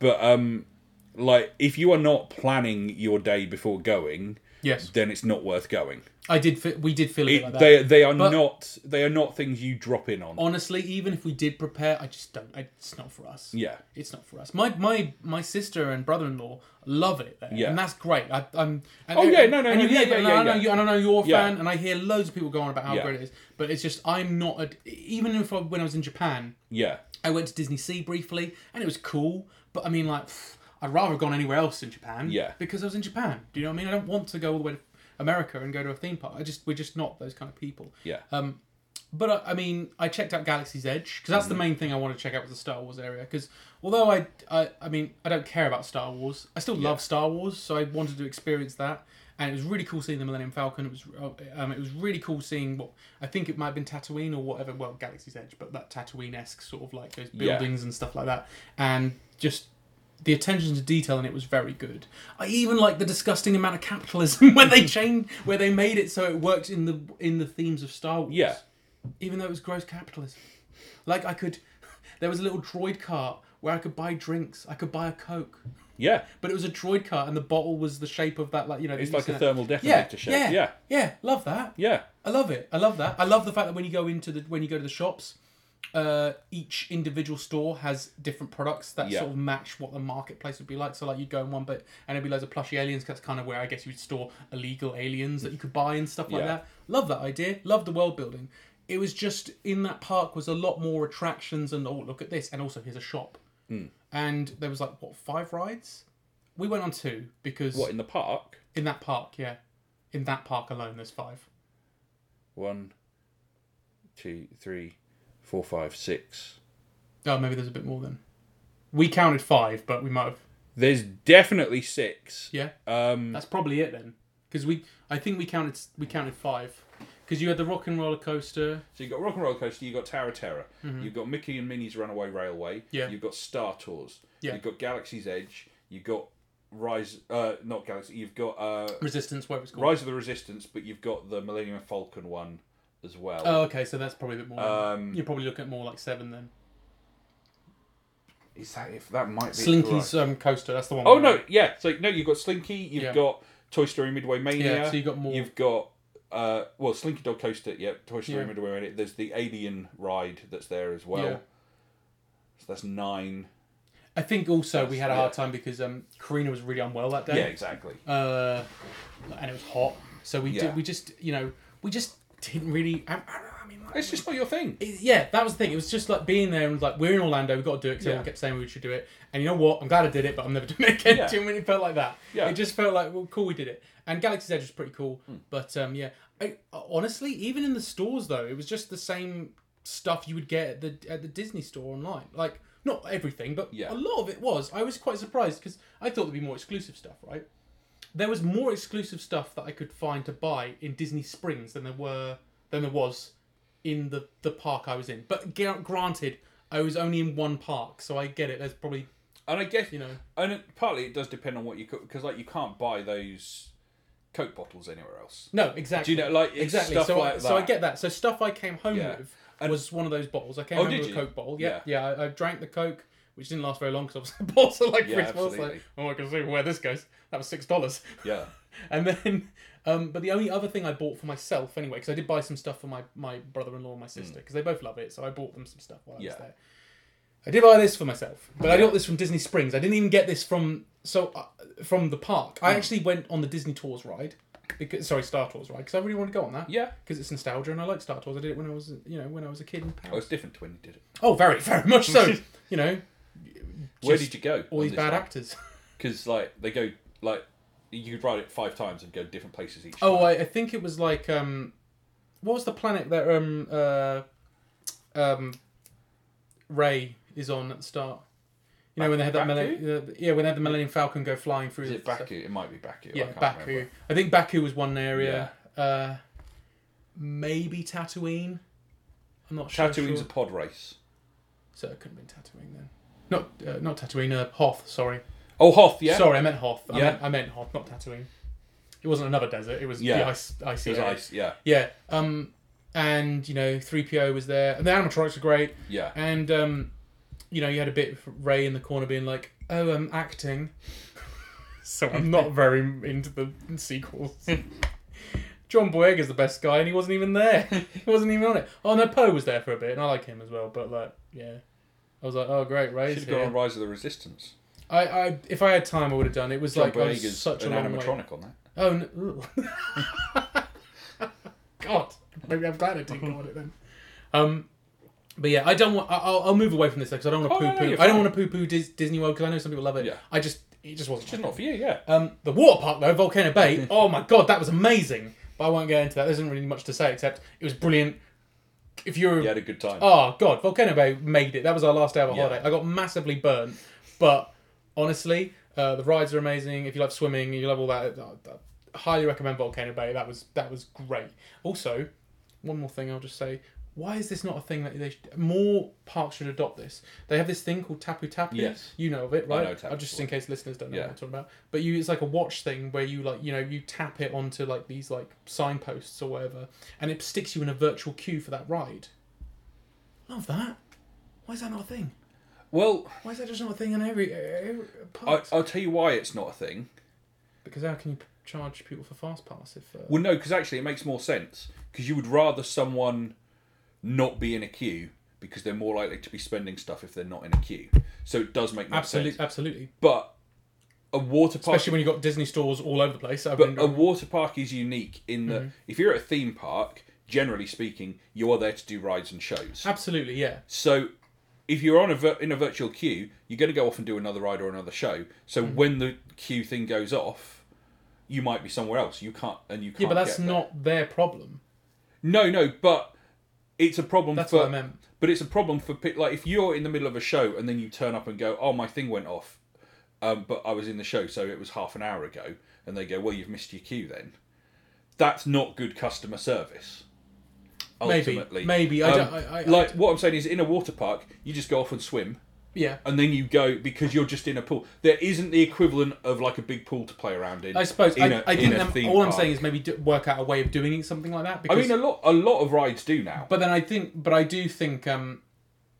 Speaker 2: but um, like if you are not planning your day before going,
Speaker 1: yes,
Speaker 2: then it's not worth going.
Speaker 1: I did. Fe- we did feel a bit like that.
Speaker 2: They they are
Speaker 1: But-
Speaker 2: not they are not things you drop in on.
Speaker 1: honestly, even if we did prepare, I just don't. I, it's not for us.
Speaker 2: Yeah,
Speaker 1: It's not for us. My my my sister and brother in law love it, there,
Speaker 2: Yeah.
Speaker 1: and that's great. I, I'm. And,
Speaker 2: Oh, yeah, no, no,
Speaker 1: and
Speaker 2: no,
Speaker 1: you
Speaker 2: yeah,
Speaker 1: hear-
Speaker 2: yeah,
Speaker 1: and I
Speaker 2: yeah,
Speaker 1: know
Speaker 2: yeah.
Speaker 1: you, and I know you're a
Speaker 2: Yeah.
Speaker 1: fan, and I hear loads of people go on about how
Speaker 2: Yeah.
Speaker 1: great it is, but it's just I'm not. A, even if I, when I was in Japan,
Speaker 2: yeah,
Speaker 1: I went to Disney Sea briefly, and it was cool. But I mean, like, pff, I'd rather have gone anywhere else in Japan.
Speaker 2: Yeah.
Speaker 1: Because I was in Japan. Do you know what I mean? I don't want to go all the way to America and go to a theme park. I just we're just not those kind of people.
Speaker 2: yeah,
Speaker 1: Um, but I, I mean, I checked out Galaxy's Edge because that's
Speaker 2: Mm-hmm.
Speaker 1: the main thing I want to check out with the Star Wars area. Because although I, I, I mean, I don't care about Star Wars, I still love Star Wars, so I wanted to experience that. And it was really cool seeing the Millennium Falcon. It was, uh, um, it was really cool seeing what I think it might have been Tatooine or whatever. Well, Galaxy's Edge, but that Tatooine esque sort of like those
Speaker 2: Yeah.
Speaker 1: buildings and stuff like that, and just. The attention to detail in it was very good. I even like the disgusting amount of capitalism [LAUGHS] when
Speaker 2: [LAUGHS]
Speaker 1: they changed, where they made it so it worked in the in the themes of Star Wars
Speaker 2: yeah.
Speaker 1: even though it was gross capitalism. Like I could, [LAUGHS] there was a little droid cart where I could buy drinks. I could buy a Coke,
Speaker 2: Yeah,
Speaker 1: but it was a droid cart, and the bottle was the shape of that, like you know,
Speaker 2: it's
Speaker 1: they
Speaker 2: like
Speaker 1: used
Speaker 2: a
Speaker 1: to-
Speaker 2: thermal
Speaker 1: yeah,
Speaker 2: detonator shape.
Speaker 1: yeah,
Speaker 2: Yeah,
Speaker 1: yeah, yeah. Love that.
Speaker 2: yeah,
Speaker 1: I love it. I love that. I love the fact that when you go into the when you go to the shops, uh, each individual store has different products that
Speaker 2: Yeah.
Speaker 1: sort of match what the marketplace would be like. So like you'd go in one, but and it'd be loads of plushy aliens. 'cause that's kind of where I guess you'd store illegal aliens that you could buy and stuff like
Speaker 2: Yeah.
Speaker 1: that. Love that idea. Love the world building. It was just in that park was a lot more attractions and oh look at this and also here's a shop.
Speaker 2: Hmm.
Speaker 1: And there was like what five rides. We went on two because
Speaker 2: What in the park?
Speaker 1: in that park, yeah, in that park alone, there's five.
Speaker 2: One, two, three, four, five, six.
Speaker 1: Oh, maybe there's a bit more then. We counted five, but we might have.
Speaker 2: There's definitely six.
Speaker 1: Yeah,
Speaker 2: Um,
Speaker 1: that's probably it then. Because we, I think we counted we counted five. Because you had the rock and roller coaster.
Speaker 2: so you've got Rock and Roller Coaster, you've got Tower of Terror, you've got Mickey and Minnie's Runaway Railway,
Speaker 1: Mm-hmm. Yeah.
Speaker 2: you've got Star Tours,
Speaker 1: Yeah.
Speaker 2: you've got Galaxy's Edge, you've got Rise, uh, not Galaxy. You've got uh,
Speaker 1: Resistance, whatever it's called.
Speaker 2: Rise of the Resistance, but you've got the Millennium Falcon one as well.
Speaker 1: Oh, okay, so that's probably a bit more.
Speaker 2: Um,
Speaker 1: You're probably looking at more like seven then.
Speaker 2: Is that if that might be
Speaker 1: Slinky's um, coaster, that's the one.
Speaker 2: Oh
Speaker 1: we-
Speaker 2: no, yeah. So no, you've got Slinky, you've
Speaker 1: Yeah.
Speaker 2: got Toy Story Midway Mania,
Speaker 1: Yeah, so you got more.
Speaker 2: you've got uh, well Slinky Dog Coaster, yeah, Toy Story
Speaker 1: Yeah.
Speaker 2: Midway Mania. There's the Alien ride that's there as well.
Speaker 1: Yeah.
Speaker 2: So that's nine.
Speaker 1: I think also we had a
Speaker 2: Yeah.
Speaker 1: hard time because um, Karina was really unwell that
Speaker 2: Yeah,
Speaker 1: day,
Speaker 2: exactly.
Speaker 1: uh, and it was hot. So we
Speaker 2: Yeah.
Speaker 1: did, we just you know we just didn't really. I, I don't know. I mean, like,
Speaker 2: It's just not your thing.
Speaker 1: it- yeah, that was the thing. It was just like being there and like we're in Orlando, we've got to do it. Because
Speaker 2: Yeah.
Speaker 1: everyone kept saying we should do it, and you know what? I'm glad I did it, but I'm never [LAUGHS] doing it again.
Speaker 2: Yeah.
Speaker 1: Do you know what I mean? It felt like that.
Speaker 2: Yeah. Hmm.
Speaker 1: It just felt like well, cool, we did it. And Galaxy's Edge was pretty cool, but um, yeah. I, honestly, even in the stores though, it was just the same stuff you would get at the at the Disney store online. Like not everything, but
Speaker 2: Yeah.
Speaker 1: a lot of it was. I was quite surprised because I thought there'd be more exclusive stuff, right? There was more exclusive stuff that I could find to buy in Disney Springs than there were than there was in the the park I was in. But gra- granted, I was only in one park, so I get it. There's probably
Speaker 2: And I guess
Speaker 1: you know
Speaker 2: and it, partly it does depend on what you cook because like you can't buy those Coke bottles anywhere else.
Speaker 1: no exactly.
Speaker 2: Do you know like it's
Speaker 1: exactly?
Speaker 2: stuff
Speaker 1: so
Speaker 2: like
Speaker 1: I,
Speaker 2: that.
Speaker 1: so I get that. So stuff I came home
Speaker 2: Yeah.
Speaker 1: with
Speaker 2: And-
Speaker 1: was one of those bottles. I came
Speaker 2: Oh,
Speaker 1: home
Speaker 2: did
Speaker 1: with a
Speaker 2: you?
Speaker 1: Coke bottle. Yeah, yeah. I, I drank the Coke. Which didn't last very long because I was [LAUGHS] bought so like
Speaker 2: Yeah,
Speaker 1: Christmas. I was Like,
Speaker 2: absolutely.
Speaker 1: oh, I can see where this goes. That was six dollars. [LAUGHS]
Speaker 2: yeah.
Speaker 1: And then, [LAUGHS] um, but the only other thing I bought for myself anyway, because I did buy some stuff for my, my brother in law and my sister, because they both love it, so I bought them some stuff while I
Speaker 2: Mm. Yeah.
Speaker 1: was there. I did buy this for myself, but I got this from Disney Springs. I didn't even get this from so uh, from the park.
Speaker 2: Mm.
Speaker 1: I actually went on the Disney Tours ride, because sorry Star Tours ride, because I really want to go on that.
Speaker 2: Yeah.
Speaker 1: because it's nostalgia and I like Star Tours. I did it when I was you know when I was a kid in
Speaker 2: Oh,
Speaker 1: Paris.
Speaker 2: it's different to when you did it.
Speaker 1: Oh, very [LAUGHS] very much
Speaker 2: [LAUGHS]
Speaker 1: so. you know
Speaker 2: Where
Speaker 1: Just
Speaker 2: did you go?
Speaker 1: all these bad actors.
Speaker 2: Because like they go like you could ride it five times and go different places each.
Speaker 1: Oh,
Speaker 2: time.
Speaker 1: I, I think it was like um, what was the planet that um uh, um, Ray is on at the start? You know when they had that
Speaker 2: Baku?
Speaker 1: Millennium, uh, yeah when they had the Millennium Falcon go flying through.
Speaker 2: Is
Speaker 1: the
Speaker 2: it Baku? It might be Baku. I
Speaker 1: Yeah,
Speaker 2: can't
Speaker 1: Baku.
Speaker 2: remember.
Speaker 1: I think Baku was one area. Uh, maybe Tatooine. I'm not sure.
Speaker 2: Tatooine's
Speaker 1: sure.
Speaker 2: a pod race.
Speaker 1: so it couldn't have been Tatooine then. Not uh, not Tatooine. Uh, Hoth. Sorry.
Speaker 2: Oh, Hoth, yeah.
Speaker 1: Sorry, I meant Hoth. I,
Speaker 2: Yeah.
Speaker 1: meant, I meant Hoth, not Tatooine. It wasn't another desert. It was
Speaker 2: Yeah.
Speaker 1: the ice, icy
Speaker 2: It was
Speaker 1: area.
Speaker 2: ice, yeah,
Speaker 1: Yeah. Um, and you know, three PO was there, and the animatronics were great.
Speaker 2: yeah.
Speaker 1: And um, you know, you had a bit of Ray in the corner being like, "Oh, I'm acting," [LAUGHS] so I'm not very into the sequels. [LAUGHS] John Boyega's the best guy, and he wasn't even
Speaker 2: [LAUGHS]
Speaker 1: there. he wasn't even on it. Oh no, Poe was there for a bit, and I like him as well. But like, yeah, I was like, "Oh, great,
Speaker 2: Should
Speaker 1: Ray's
Speaker 2: have gone on
Speaker 1: here."
Speaker 2: Rise of the Resistance.
Speaker 1: I, I, if I had time, I would have done. it. It was
Speaker 2: John
Speaker 1: like I was
Speaker 2: Boyega's
Speaker 1: such
Speaker 2: an
Speaker 1: a long way.
Speaker 2: animatronic on that.
Speaker 1: Oh no! ooh. [LAUGHS] God, maybe I'm glad I
Speaker 2: [LAUGHS]
Speaker 1: didn't go on it then. Um, but yeah, I don't want. I- I'll, I'll move away from this because I don't want
Speaker 2: Oh,
Speaker 1: to
Speaker 2: no, no,
Speaker 1: poo poo.
Speaker 2: you're
Speaker 1: I don't
Speaker 2: fine.
Speaker 1: want to poo poo Dis- Disney World because I know some people love it.
Speaker 2: Yeah.
Speaker 1: I just it just wasn't.
Speaker 2: It's just not for you, yeah.
Speaker 1: Um, the water park though, Volcano
Speaker 2: [LAUGHS]
Speaker 1: Bay. oh my God, that was amazing. But I won't go into that. There isn't really much to say except it was brilliant. If you're
Speaker 2: You had a good time.
Speaker 1: Oh god, Volcano Bay made it. That was our last day of our
Speaker 2: Yeah.
Speaker 1: holiday. I got massively burnt, but honestly, uh, the rides are amazing. If you love swimming, you love all that. uh, uh, highly recommend Volcano Bay. That was that was great. Also, one more thing I'll just say. Why is this not a thing that they should, more parks should adopt this? They have this thing called Tapu Tapu.
Speaker 2: Yes.
Speaker 1: you know of it, right?
Speaker 2: know Tapu
Speaker 1: just in case listeners don't know
Speaker 2: Yeah.
Speaker 1: what I'm talking about. But you, it's like a watch thing where you like you know you tap it onto like these like signposts or whatever, and it sticks you in a virtual queue for that ride. Love that. Why is that not a thing?
Speaker 2: Well,
Speaker 1: Why is that just not a thing in every, e, every
Speaker 2: I,
Speaker 1: park?
Speaker 2: I'll tell you why it's not a thing.
Speaker 1: because how can you p- charge people for fast pass if? Uh...
Speaker 2: Well, no, because actually it makes more sense. Because you would rather someone not be in a queue because they're more likely to be spending stuff if they're not in a queue. So it does make more
Speaker 1: Absolutely,
Speaker 2: sense.
Speaker 1: absolutely.
Speaker 2: But a water park,
Speaker 1: Especially when you've got Disney stores all over the place. I've
Speaker 2: but
Speaker 1: been-
Speaker 2: a water park is unique in
Speaker 1: Mm-hmm.
Speaker 2: that if you're at a theme park, generally speaking, you are there to do rides and shows.
Speaker 1: Absolutely, yeah.
Speaker 2: So if you're on a vir- in a virtual queue, you're going to go off and do another ride or another show. So
Speaker 1: Mm-hmm.
Speaker 2: when the queue thing goes off, you might be somewhere else. You can't and you can't.
Speaker 1: Yeah, but that's
Speaker 2: get there.
Speaker 1: not their problem.
Speaker 2: No, no, but it's a problem
Speaker 1: That's
Speaker 2: for.
Speaker 1: what I meant.
Speaker 2: But it's a problem for pe- like if you're in the middle of a show and then you turn up and go, "Oh, my thing went off," um, but I was in the show, so it was half an hour ago, and they go, "Well, you've missed your queue." Then that's not good customer service.
Speaker 1: Maybe,
Speaker 2: Ultimately, Um,
Speaker 1: maybe. I don't- I- I-
Speaker 2: like what I'm saying is, in a water park, you just go off and swim,
Speaker 1: yeah.
Speaker 2: and then you go because you're just in a pool. There isn't the equivalent of like a big pool to play around in.
Speaker 1: I suppose I
Speaker 2: in a-
Speaker 1: I
Speaker 2: in
Speaker 1: think
Speaker 2: a
Speaker 1: them-
Speaker 2: theme
Speaker 1: all I'm
Speaker 2: park.
Speaker 1: saying is maybe do, work out a way of doing something like that.
Speaker 2: I
Speaker 1: Because,
Speaker 2: mean, a lot, a lot of rides do now.
Speaker 1: but then I think, but I do think um,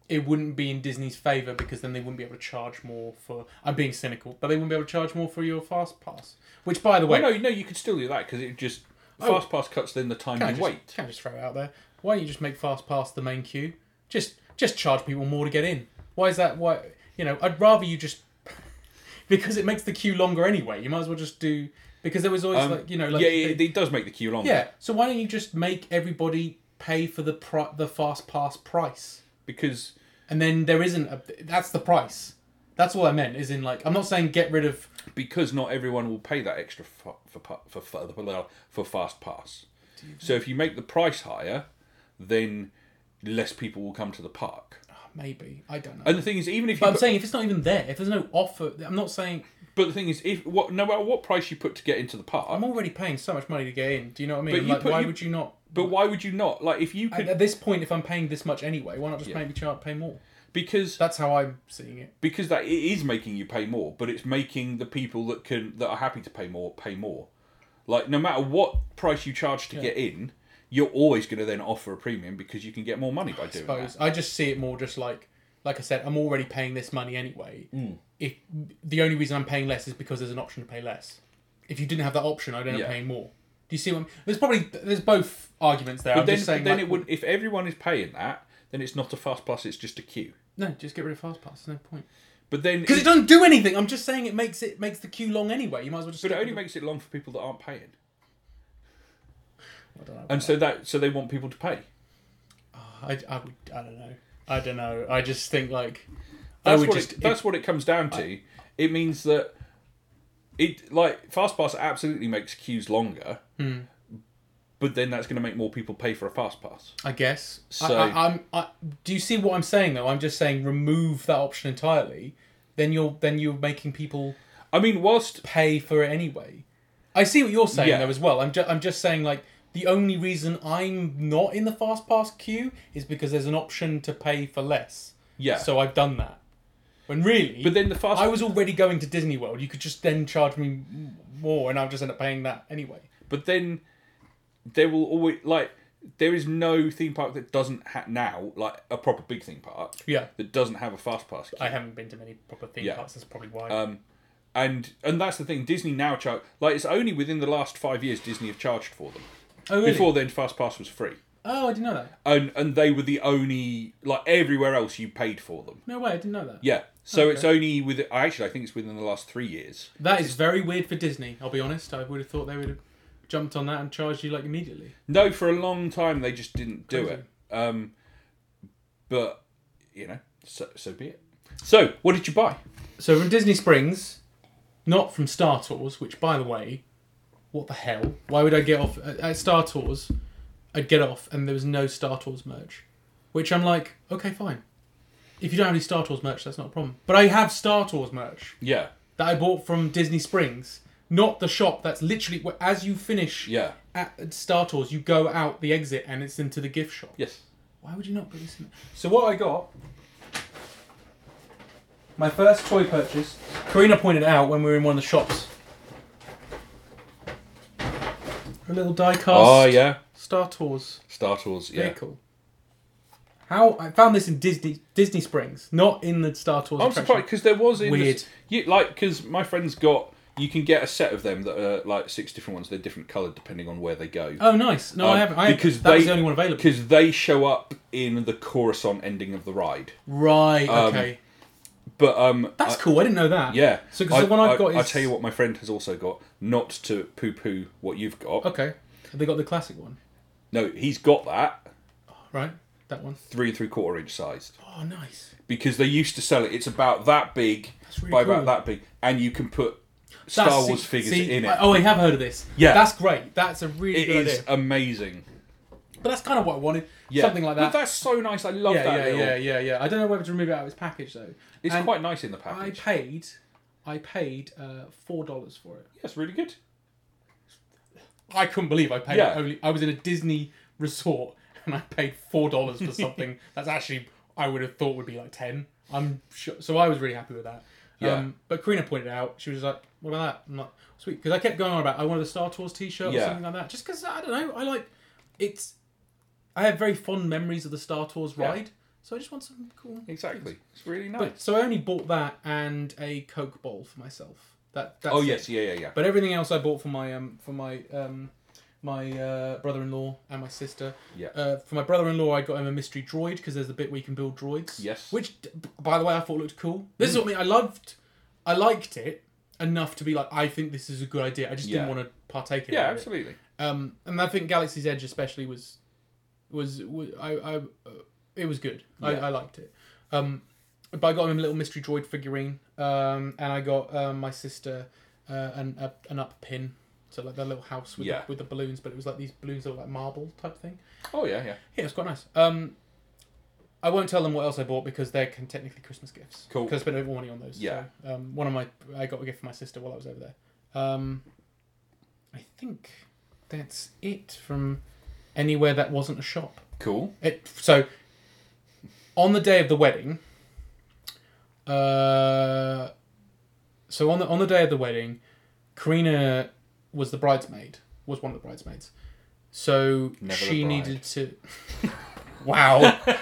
Speaker 1: it wouldn't be in Disney's favor because then they wouldn't be able to charge more for. I'm being cynical, but they wouldn't be able to charge more for your fast pass. Which, by the way,
Speaker 2: Well, no, no, you could still do that because it just fast pass cuts then the time
Speaker 1: Oh. can I
Speaker 2: you
Speaker 1: just,
Speaker 2: wait.
Speaker 1: Can I just throw it out there? Why don't you just make fast pass the main queue? Just just charge people more to get in. Why is that? Why you know? I'd rather you just [LAUGHS] because it makes the queue longer anyway. You might as well just do because there was always like Uh, you know like
Speaker 2: yeah,
Speaker 1: the-
Speaker 2: it, it does make the queue longer.
Speaker 1: Yeah. So why don't you just make everybody pay for the pri- the fast pass price,
Speaker 2: because
Speaker 1: and then there isn't a that's the price. That's all I meant. Is in like I'm not saying get rid of.
Speaker 2: because not everyone will pay that extra for for pa- for for, for fast pass. So if you make the price higher, then less people will come to the park.
Speaker 1: Maybe I don't know.
Speaker 2: And the thing is, even if you
Speaker 1: but I'm
Speaker 2: put-
Speaker 1: saying if it's not even there, if there's no offer, I'm not saying
Speaker 2: But the thing is, if what no matter what price you put to get into the park,
Speaker 1: I'm already paying so much money to get in. Do you know what I mean?
Speaker 2: But you
Speaker 1: like,
Speaker 2: put-
Speaker 1: why
Speaker 2: you-
Speaker 1: would you not?
Speaker 2: but why would you not? Like, if you could,
Speaker 1: At this point, if I'm paying this much anyway, why not just make me charge pay more?
Speaker 2: because
Speaker 1: That's how I'm seeing it.
Speaker 2: because that it is making you pay more, but it's making the people that can that are happy to pay more pay more. Like, no matter what price you charge to get in, you're always going to then offer a premium because you can get more money by doing
Speaker 1: I
Speaker 2: that.
Speaker 1: suppose. I just see it more just like, like I said, I'm already paying this money anyway.
Speaker 2: Mm.
Speaker 1: If the only reason I'm paying less is because there's an option to pay less. If you didn't have that option, I'd end up
Speaker 2: Yeah.
Speaker 1: paying more. Do you see what? I'm, there's probably there's both arguments there.
Speaker 2: But
Speaker 1: I'm
Speaker 2: then,
Speaker 1: just saying.
Speaker 2: then
Speaker 1: like,
Speaker 2: it would if everyone is paying that, then it's not a fast plus; it's just a queue.
Speaker 1: no, just get rid of fast pass. There's no point
Speaker 2: But then,
Speaker 1: because it doesn't do anything. I'm just saying it makes it makes the queue long anyway. You might as well just.
Speaker 2: but it
Speaker 1: stick
Speaker 2: only
Speaker 1: with
Speaker 2: makes it long for people that aren't paying,
Speaker 1: the- I don't know.
Speaker 2: and so that so they want people to pay.
Speaker 1: I, I, would, I don't know. I don't know. I just think like I
Speaker 2: That's
Speaker 1: would
Speaker 2: what
Speaker 1: just
Speaker 2: it, that's what it comes down to. it means that it like fast pass absolutely makes queues longer,
Speaker 1: Hmm.
Speaker 2: but then that's going to make more people pay for a fast pass.
Speaker 1: I guess.
Speaker 2: So-
Speaker 1: I, I, I'm. I, do you see what I'm saying though? I'm just saying remove that option entirely. Then you're then you're making people
Speaker 2: I mean, whilst
Speaker 1: pay for it anyway. I see what you're saying
Speaker 2: Yeah.
Speaker 1: though as well. I'm just I'm just saying like the only reason I'm not in the fast pass queue is because there's an option to pay for less.
Speaker 2: yeah,
Speaker 1: So I've done that. When really,
Speaker 2: but then the fast
Speaker 1: I was already going to Disney World. You could just then charge me m- more, and I'll just end up paying that anyway.
Speaker 2: but then there will always like there is no theme park that doesn't ha- now like a proper big theme park
Speaker 1: Yeah.
Speaker 2: that doesn't have a fast pass. Queue.
Speaker 1: I haven't been to many proper theme
Speaker 2: Yeah. Um,
Speaker 1: parks. That's probably why.
Speaker 2: and and that's the thing. Disney now charge like it's only within the last five years Disney have charged for them.
Speaker 1: oh, really?
Speaker 2: Before then, fast pass was free.
Speaker 1: oh, I didn't know that.
Speaker 2: and and they were the only like everywhere else you paid for them.
Speaker 1: No way, I didn't know that.
Speaker 2: Yeah. So it's only with actually I think it's within the last three years.
Speaker 1: That is very weird for Disney. I'll be honest. I would have thought they would have jumped on that and charged you like immediately.
Speaker 2: No, for a long time they just didn't do
Speaker 1: Crazy.
Speaker 2: it. Um, but you know, so so be it. So what did you buy?
Speaker 1: So from Disney Springs, not from Star Tours. Which, by the way, what the hell? Why would I get off uh, at, at Star Tours? I'd get off, and there was no Star Tours merch. Which I'm like, okay, fine. If you don't have any Star Tours merch, that's not a problem. But I have Star Tours merch
Speaker 2: Yeah,
Speaker 1: that I bought from Disney Springs, not the shop. That's literally where- as you finish
Speaker 2: yeah,
Speaker 1: at Star Tours, you go out the exit, and it's into the gift shop.
Speaker 2: yes.
Speaker 1: Why would you not put this in? So what I got, my first toy purchase. Karina pointed out when we were in one of the shops. A little diecast
Speaker 2: Oh yeah,
Speaker 1: Star Tours
Speaker 2: Star Wars. Yeah.
Speaker 1: vehicle. How I found this in Disney Disney Springs, not in the Star Tours.
Speaker 2: I'm
Speaker 1: attraction.
Speaker 2: surprised because there was in
Speaker 1: Weird.
Speaker 2: This, you, like because my friends got you can get a set of them that are like six different ones. They're different coloured depending on where they go.
Speaker 1: Oh, nice. No, I
Speaker 2: Um,
Speaker 1: haven't. I because that was the only one available.
Speaker 2: Because they show up in the Coruscant ending of the ride.
Speaker 1: Right. Okay.
Speaker 2: But um,
Speaker 1: That's
Speaker 2: I-
Speaker 1: cool. I didn't know that.
Speaker 2: yeah.
Speaker 1: So 'cause the one I've got
Speaker 2: I
Speaker 1: is-
Speaker 2: tell you what, my friend has also got. Not to poo-poo what you've got.
Speaker 1: Okay. Have They got the classic one,
Speaker 2: No, he's got that
Speaker 1: right? That one.
Speaker 2: three and three quarter inch sized
Speaker 1: Oh, nice.
Speaker 2: because they used to sell it. It's about that big
Speaker 1: really
Speaker 2: by
Speaker 1: cool.
Speaker 2: about that big, and you can put Star
Speaker 1: That's-
Speaker 2: Wars
Speaker 1: see-
Speaker 2: figures
Speaker 1: see,
Speaker 2: in it.
Speaker 1: I- Oh, I have heard of this.
Speaker 2: Yeah.
Speaker 1: that's great. That's a really
Speaker 2: it
Speaker 1: good
Speaker 2: is
Speaker 1: idea.
Speaker 2: amazing.
Speaker 1: But that's kind of what I wanted.
Speaker 2: Yeah.
Speaker 1: Something like that.
Speaker 2: But that's so nice. I love
Speaker 1: yeah,
Speaker 2: that.
Speaker 1: yeah,
Speaker 2: little-
Speaker 1: yeah, yeah, yeah. I don't know whether to remove it out of its package though.
Speaker 2: It's
Speaker 1: And
Speaker 2: quite nice in the
Speaker 1: I
Speaker 2: package.
Speaker 1: paid, I paid uh, four dollars for it.
Speaker 2: That's really good.
Speaker 1: I couldn't believe I paid
Speaker 2: Yeah.
Speaker 1: only. I was in a Disney
Speaker 2: [LAUGHS]
Speaker 1: resort and I paid four dollars for something that's actually I would have thought would be like ten. I'm sure. So I was really happy with that.
Speaker 2: Yeah.
Speaker 1: Um, but Karina pointed out, she was like, "What about that?" I'm like, "Sweet," because I kept going on about I wanted a Star Tours T-shirt or
Speaker 2: Yeah.
Speaker 1: something like that, just because I don't know. I like it's. I have very fond memories of the Star Tours
Speaker 2: Yeah.
Speaker 1: ride, so I just want some cool.
Speaker 2: Exactly. It's really nice.
Speaker 1: But so I only bought that and a Coke bowl for myself. That that's
Speaker 2: oh
Speaker 1: it.
Speaker 2: yes, yeah, yeah, yeah.
Speaker 1: But everything else I bought for my um for my um my uh, brother-in-law and my sister.
Speaker 2: Yeah.
Speaker 1: Uh, for my brother-in-law, I got him a mystery droid because there's the bit where you can build droids.
Speaker 2: Yes.
Speaker 1: Which, d- by the way, I thought looked cool. This is what I mean. I loved, I liked it enough to be like, I think this is a good idea. I just
Speaker 2: Yeah.
Speaker 1: didn't want to partake in
Speaker 2: yeah,
Speaker 1: it.
Speaker 2: absolutely.
Speaker 1: Um, and I think Galaxy's Edge especially was, was, was I, I, uh, it was good. I,
Speaker 2: Yeah.
Speaker 1: I liked it. Um, but I got him a little mystery droid figurine, um, and I got um, my sister uh, an up, an up pin, so like their little house with
Speaker 2: Yeah.
Speaker 1: the, with the balloons, but it was like these balloons that were like marble type thing.
Speaker 2: Oh yeah, yeah.
Speaker 1: Yeah, it's quite nice. Um, I won't tell them what else I bought because they're con- technically Christmas gifts.
Speaker 2: Cool.
Speaker 1: Because I spent a bit more money on those.
Speaker 2: Yeah.
Speaker 1: So, um, one of my I got a gift for my sister while I was over there. Um, I think that's it from anywhere that wasn't a shop.
Speaker 2: Cool.
Speaker 1: It so on the day of the wedding. Uh, so on the on the day of the wedding, Karina was the bridesmaid. Was one of the bridesmaids. So
Speaker 2: Never
Speaker 1: she
Speaker 2: the bride.
Speaker 1: needed to. [LAUGHS] wow.
Speaker 2: [LAUGHS]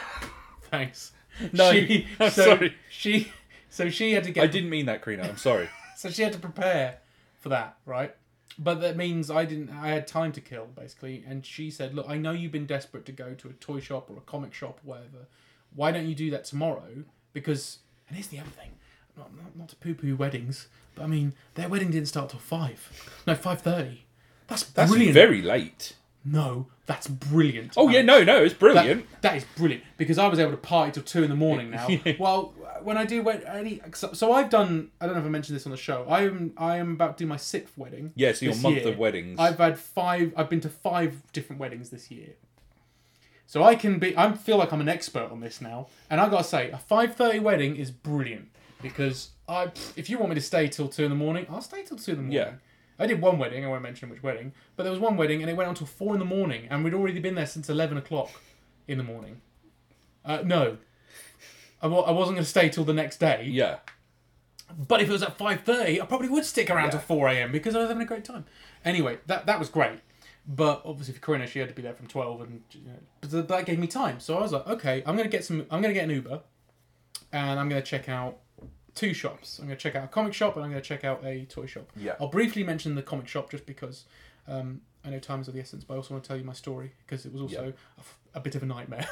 Speaker 1: Thanks.
Speaker 2: No,
Speaker 1: She,
Speaker 2: I'm
Speaker 1: so
Speaker 2: sorry.
Speaker 1: She. So she had to get.
Speaker 2: I didn't mean that, Karina.
Speaker 1: [LAUGHS]
Speaker 2: I'm sorry.
Speaker 1: So she had to prepare for that, right? But that means I didn't. I had time to kill, basically. And she said, "Look, I know you've been desperate to go to a toy shop or a comic shop or whatever. Why don't you do that tomorrow? Because and here's the other thing. Not not, not to poo-poo weddings, but I mean their wedding didn't start till five. No, five thirty. That's
Speaker 2: That's
Speaker 1: brilliant.
Speaker 2: very late.
Speaker 1: no, that's brilliant.
Speaker 2: Oh yeah, no, no, it's
Speaker 1: That-
Speaker 2: brilliant.
Speaker 1: that is brilliant because I was able to party till two in the morning
Speaker 2: [LAUGHS]
Speaker 1: now. well, when I do wed- any, so, so I've done. I don't know if I mentioned this on the show. I am I am about to do my sixth wedding.
Speaker 2: Yeah, so your
Speaker 1: this
Speaker 2: month
Speaker 1: year.
Speaker 2: of weddings.
Speaker 1: I've had five. I've been to five different weddings this year. So I can be. I feel like I'm an expert on this now, and I gotta say, a five thirty wedding is brilliant because I. If you want me to stay till two in the morning, I'll stay till two in the morning.
Speaker 2: Yeah.
Speaker 1: I did one wedding. I won't mention which wedding, but there was one wedding, and it went on till four in the morning, and we'd already been there since eleven o'clock in the morning. Uh, no, I w- I wasn't gonna stay till the next day.
Speaker 2: Yeah.
Speaker 1: But if it was at five thirty, I probably would stick around till four a.m. because I was having a great time. Anyway, that that was great. But obviously for Corinna, she had to be there from twelve, and you know, but th- that gave me time. So I was like, okay, I'm gonna get some. I'm gonna get an Uber, and I'm gonna check out two shops. I'm gonna check out a comic shop, and I'm gonna check out a toy shop.
Speaker 2: Yeah.
Speaker 1: I'll briefly mention the comic shop just because um, I know time is of the essence, but I also want to tell you my story because it was also a f- a bit of a nightmare.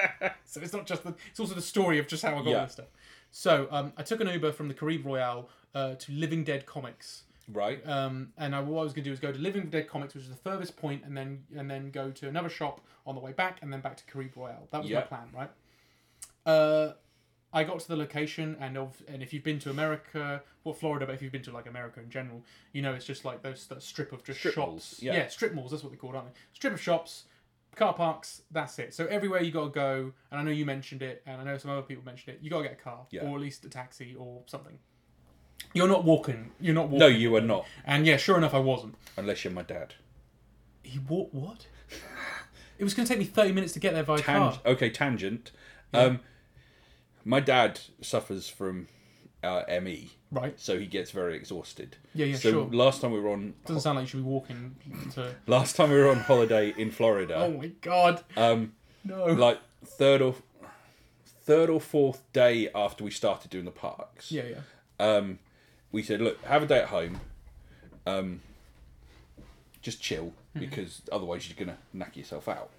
Speaker 1: [LAUGHS] So it's not just the, it's also the story of just how I got
Speaker 2: Yeah.
Speaker 1: all this stuff. So um, I took an Uber from the Caribe Royale uh, to Living Dead Comics,
Speaker 2: Right.
Speaker 1: um, and I, what I was going to do was go to Living Dead Comics, which is the furthest point, and then and then go to another shop on the way back, and then back to Caribe Royale. That was
Speaker 2: Yeah.
Speaker 1: my plan, right? Uh, I got to the location, and of and if you've been to America, well, Florida, but if you've been to like America in general, you know it's just like those that strip of just
Speaker 2: Strip
Speaker 1: shops.
Speaker 2: malls, yeah.
Speaker 1: strip malls. That's what they are called, aren't they? Strip of shops, car parks. That's it. So everywhere you got to go, and I know you mentioned it, and I know some other people mentioned it. You got to get a car,
Speaker 2: Yeah.
Speaker 1: or at least a taxi or something. You're not walking. You're not walking.
Speaker 2: No, you are not,
Speaker 1: And yeah, sure enough, I wasn't.
Speaker 2: unless you're my dad.
Speaker 1: He walked what? it was going to take me thirty minutes to get there by
Speaker 2: Tan-
Speaker 1: car.
Speaker 2: Okay, tangent. Um, my dad suffers from uh, ME,
Speaker 1: Right.
Speaker 2: so he gets very exhausted.
Speaker 1: Yeah, yeah,
Speaker 2: so
Speaker 1: sure.
Speaker 2: Last time we were on,
Speaker 1: Doesn't sound like you should be walking. To...
Speaker 2: last time we were on holiday in
Speaker 1: Oh
Speaker 2: Florida,
Speaker 1: my god.
Speaker 2: um,
Speaker 1: No.
Speaker 2: like third or third or fourth day after we started doing the parks,
Speaker 1: yeah, yeah.
Speaker 2: um, we said, look, have a day at home, um, just chill because otherwise you're gonna knack yourself out.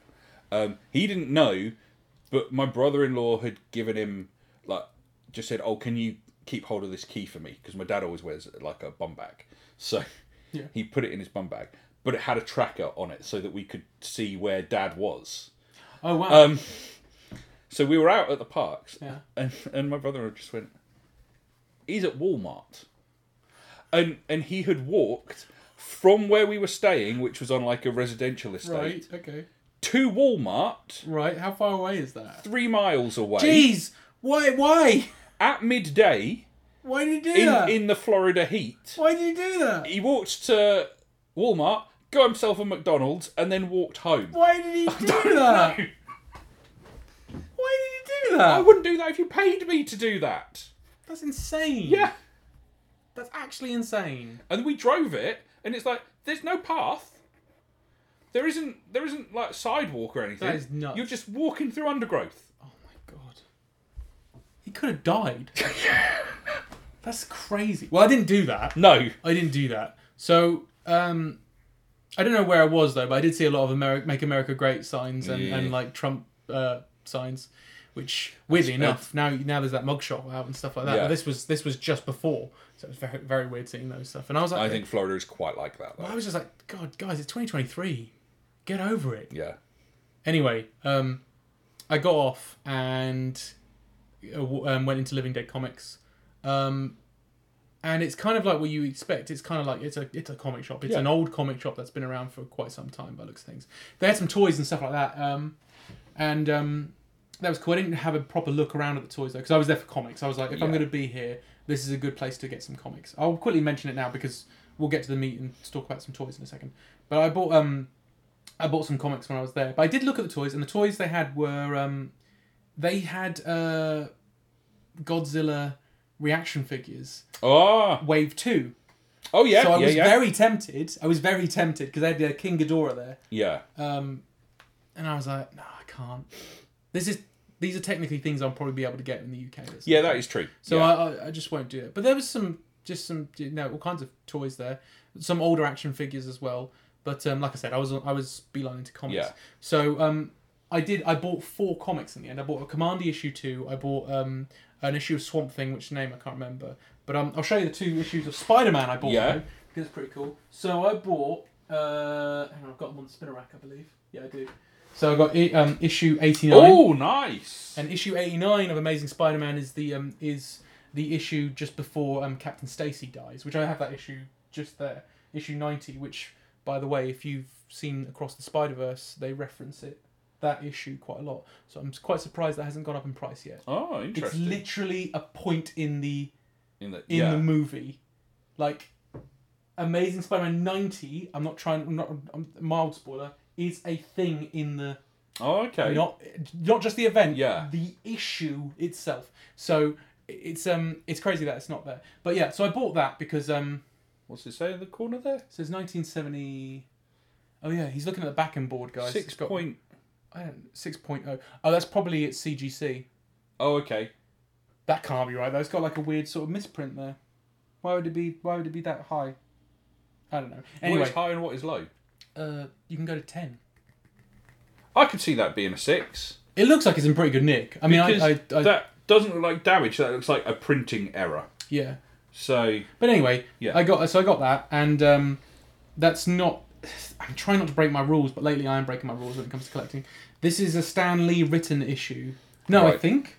Speaker 2: Um, he didn't know, but my brother-in-law had given him like just said, oh, can you keep hold of this key for me? Because my dad always wears like a bum bag, so
Speaker 1: Yeah.
Speaker 2: he put it in his bum bag, but it had a tracker on it so that we could see where dad was.
Speaker 1: Oh wow.
Speaker 2: Um, so we were out at the parks,
Speaker 1: Yeah.
Speaker 2: and and my brother just went. He's at Walmart, and and he had walked from where we were staying, which was on like a residential estate,
Speaker 1: right. Okay.
Speaker 2: to Walmart,
Speaker 1: Right. How far away is that?
Speaker 2: three miles away,
Speaker 1: Jeez. Why? Why?
Speaker 2: at midday
Speaker 1: Why did you do
Speaker 2: in
Speaker 1: that?
Speaker 2: in the Florida heat.
Speaker 1: Why did you do that?
Speaker 2: He walked to Walmart, got himself a [LAUGHS] McDonald's, and then walked home.
Speaker 1: Why did he do that? Why did you do do that.
Speaker 2: I wouldn't do that if you paid me to do that.
Speaker 1: That's insane.
Speaker 2: Yeah.
Speaker 1: That's actually insane.
Speaker 2: and we drove it and it's like there's no path there isn't there isn't like sidewalk or anything
Speaker 1: That is nuts.
Speaker 2: you're just walking through undergrowth
Speaker 1: Oh my god. He could have
Speaker 2: [LAUGHS]
Speaker 1: died. That's crazy. Well, I didn't do that.
Speaker 2: no
Speaker 1: I didn't do that. So, um, I don't know where I was though, but I did see a lot of Ameri- "Make America Great" signs and,
Speaker 2: Yeah.
Speaker 1: and like Trump uh, signs, which weirdly enough now now there's that mugshot out and stuff like that.
Speaker 2: Yeah.
Speaker 1: But this was this was just before, so it was very very weird seeing those stuff. And I was like,
Speaker 2: i think florida is quite like that though.
Speaker 1: I was just like, God, guys, it's 2023. Get over it.
Speaker 2: yeah
Speaker 1: Anyway, um, I got off and uh, w- um, went into Living Dead Comics, um, and it's kind of like what you expect. It's kind of like it's a it's a comic shop. It's
Speaker 2: Yeah.
Speaker 1: an old comic shop that's been around for quite some time by the looks of things. They had some toys and stuff like that, um, and um, that was cool. I didn't have a proper look around at the toys though, because I was there for comics. I was like, if I'm
Speaker 2: Yeah.
Speaker 1: going to be here, this is a good place to get some comics. I'll quickly mention it now because we'll get to the meat and talk about some toys in a second. But I bought um, I bought some comics when I was there. But I did look at the toys, and the toys they had were um, they had uh, Godzilla reaction figures,
Speaker 2: oh
Speaker 1: Wave Two.
Speaker 2: oh yeah
Speaker 1: so I
Speaker 2: yeah
Speaker 1: was
Speaker 2: yeah
Speaker 1: very tempted. I was very tempted because they had uh, King Ghidorah there,
Speaker 2: yeah
Speaker 1: um, and I was like, no, I can't. This is these are technically things I'll probably be able to get in the UK.
Speaker 2: yeah that is true
Speaker 1: So
Speaker 2: yeah.
Speaker 1: I, I I just won't do it. But there was some just some you know all kinds of toys there, some older action figures as well. But um, like I said, I was I was beelining to comics.
Speaker 2: Yeah.
Speaker 1: So um, I did I bought four comics in the end. I bought a Commander issue two. I bought um, an issue of Swamp Thing, which name I can't remember. But um, I'll show you the two issues of Spider Man I bought.
Speaker 2: Yeah.
Speaker 1: though, because it's pretty cool. So I bought. Uh, hang on, I've got them on the spinner rack, I believe. Yeah, I do. So I got i- um, issue eighty nine.
Speaker 2: oh nice
Speaker 1: And issue eighty nine of Amazing Spider Man is the um is the issue just before um Captain Stacy dies, which I have that issue just there. Issue ninety, which by the way, if you've seen Across the Spider Verse, they reference it that issue quite a lot. So I'm quite surprised that hasn't gone up in price yet.
Speaker 2: oh
Speaker 1: It's
Speaker 2: interesting
Speaker 1: literally a point in the
Speaker 2: in the,
Speaker 1: in
Speaker 2: yeah
Speaker 1: the movie, like Amazing Spider Man ninety. I'm not trying. I'm not I'm, mild spoiler is a thing in the
Speaker 2: oh okay
Speaker 1: not not just the event
Speaker 2: Yeah.
Speaker 1: the issue itself so it's um it's crazy that it's not there but yeah so i bought that because um
Speaker 2: what's it say in the corner there
Speaker 1: it says 1970 oh yeah he's looking at the back and board guys
Speaker 2: six
Speaker 1: It's got-
Speaker 2: point
Speaker 1: I don't, 6.0 oh that's probably at cgc
Speaker 2: oh okay
Speaker 1: that can't be right though it's got like a weird sort of misprint there why would it be why would it be that high i don't know
Speaker 2: what
Speaker 1: anyway
Speaker 2: is high and what is low
Speaker 1: uh you can go to 10
Speaker 2: i could see that being a six
Speaker 1: it looks like it's in pretty good nick i mean
Speaker 2: because
Speaker 1: I, I, I
Speaker 2: that doesn't look like damage that looks like a printing error
Speaker 1: yeah
Speaker 2: so
Speaker 1: But anyway,
Speaker 2: Yeah.
Speaker 1: I got so I got that, and um, that's not. I'm trying not to break my rules, but lately I am breaking my rules when it comes to collecting. This is a Stan Lee written issue. No, I
Speaker 2: Right.
Speaker 1: think.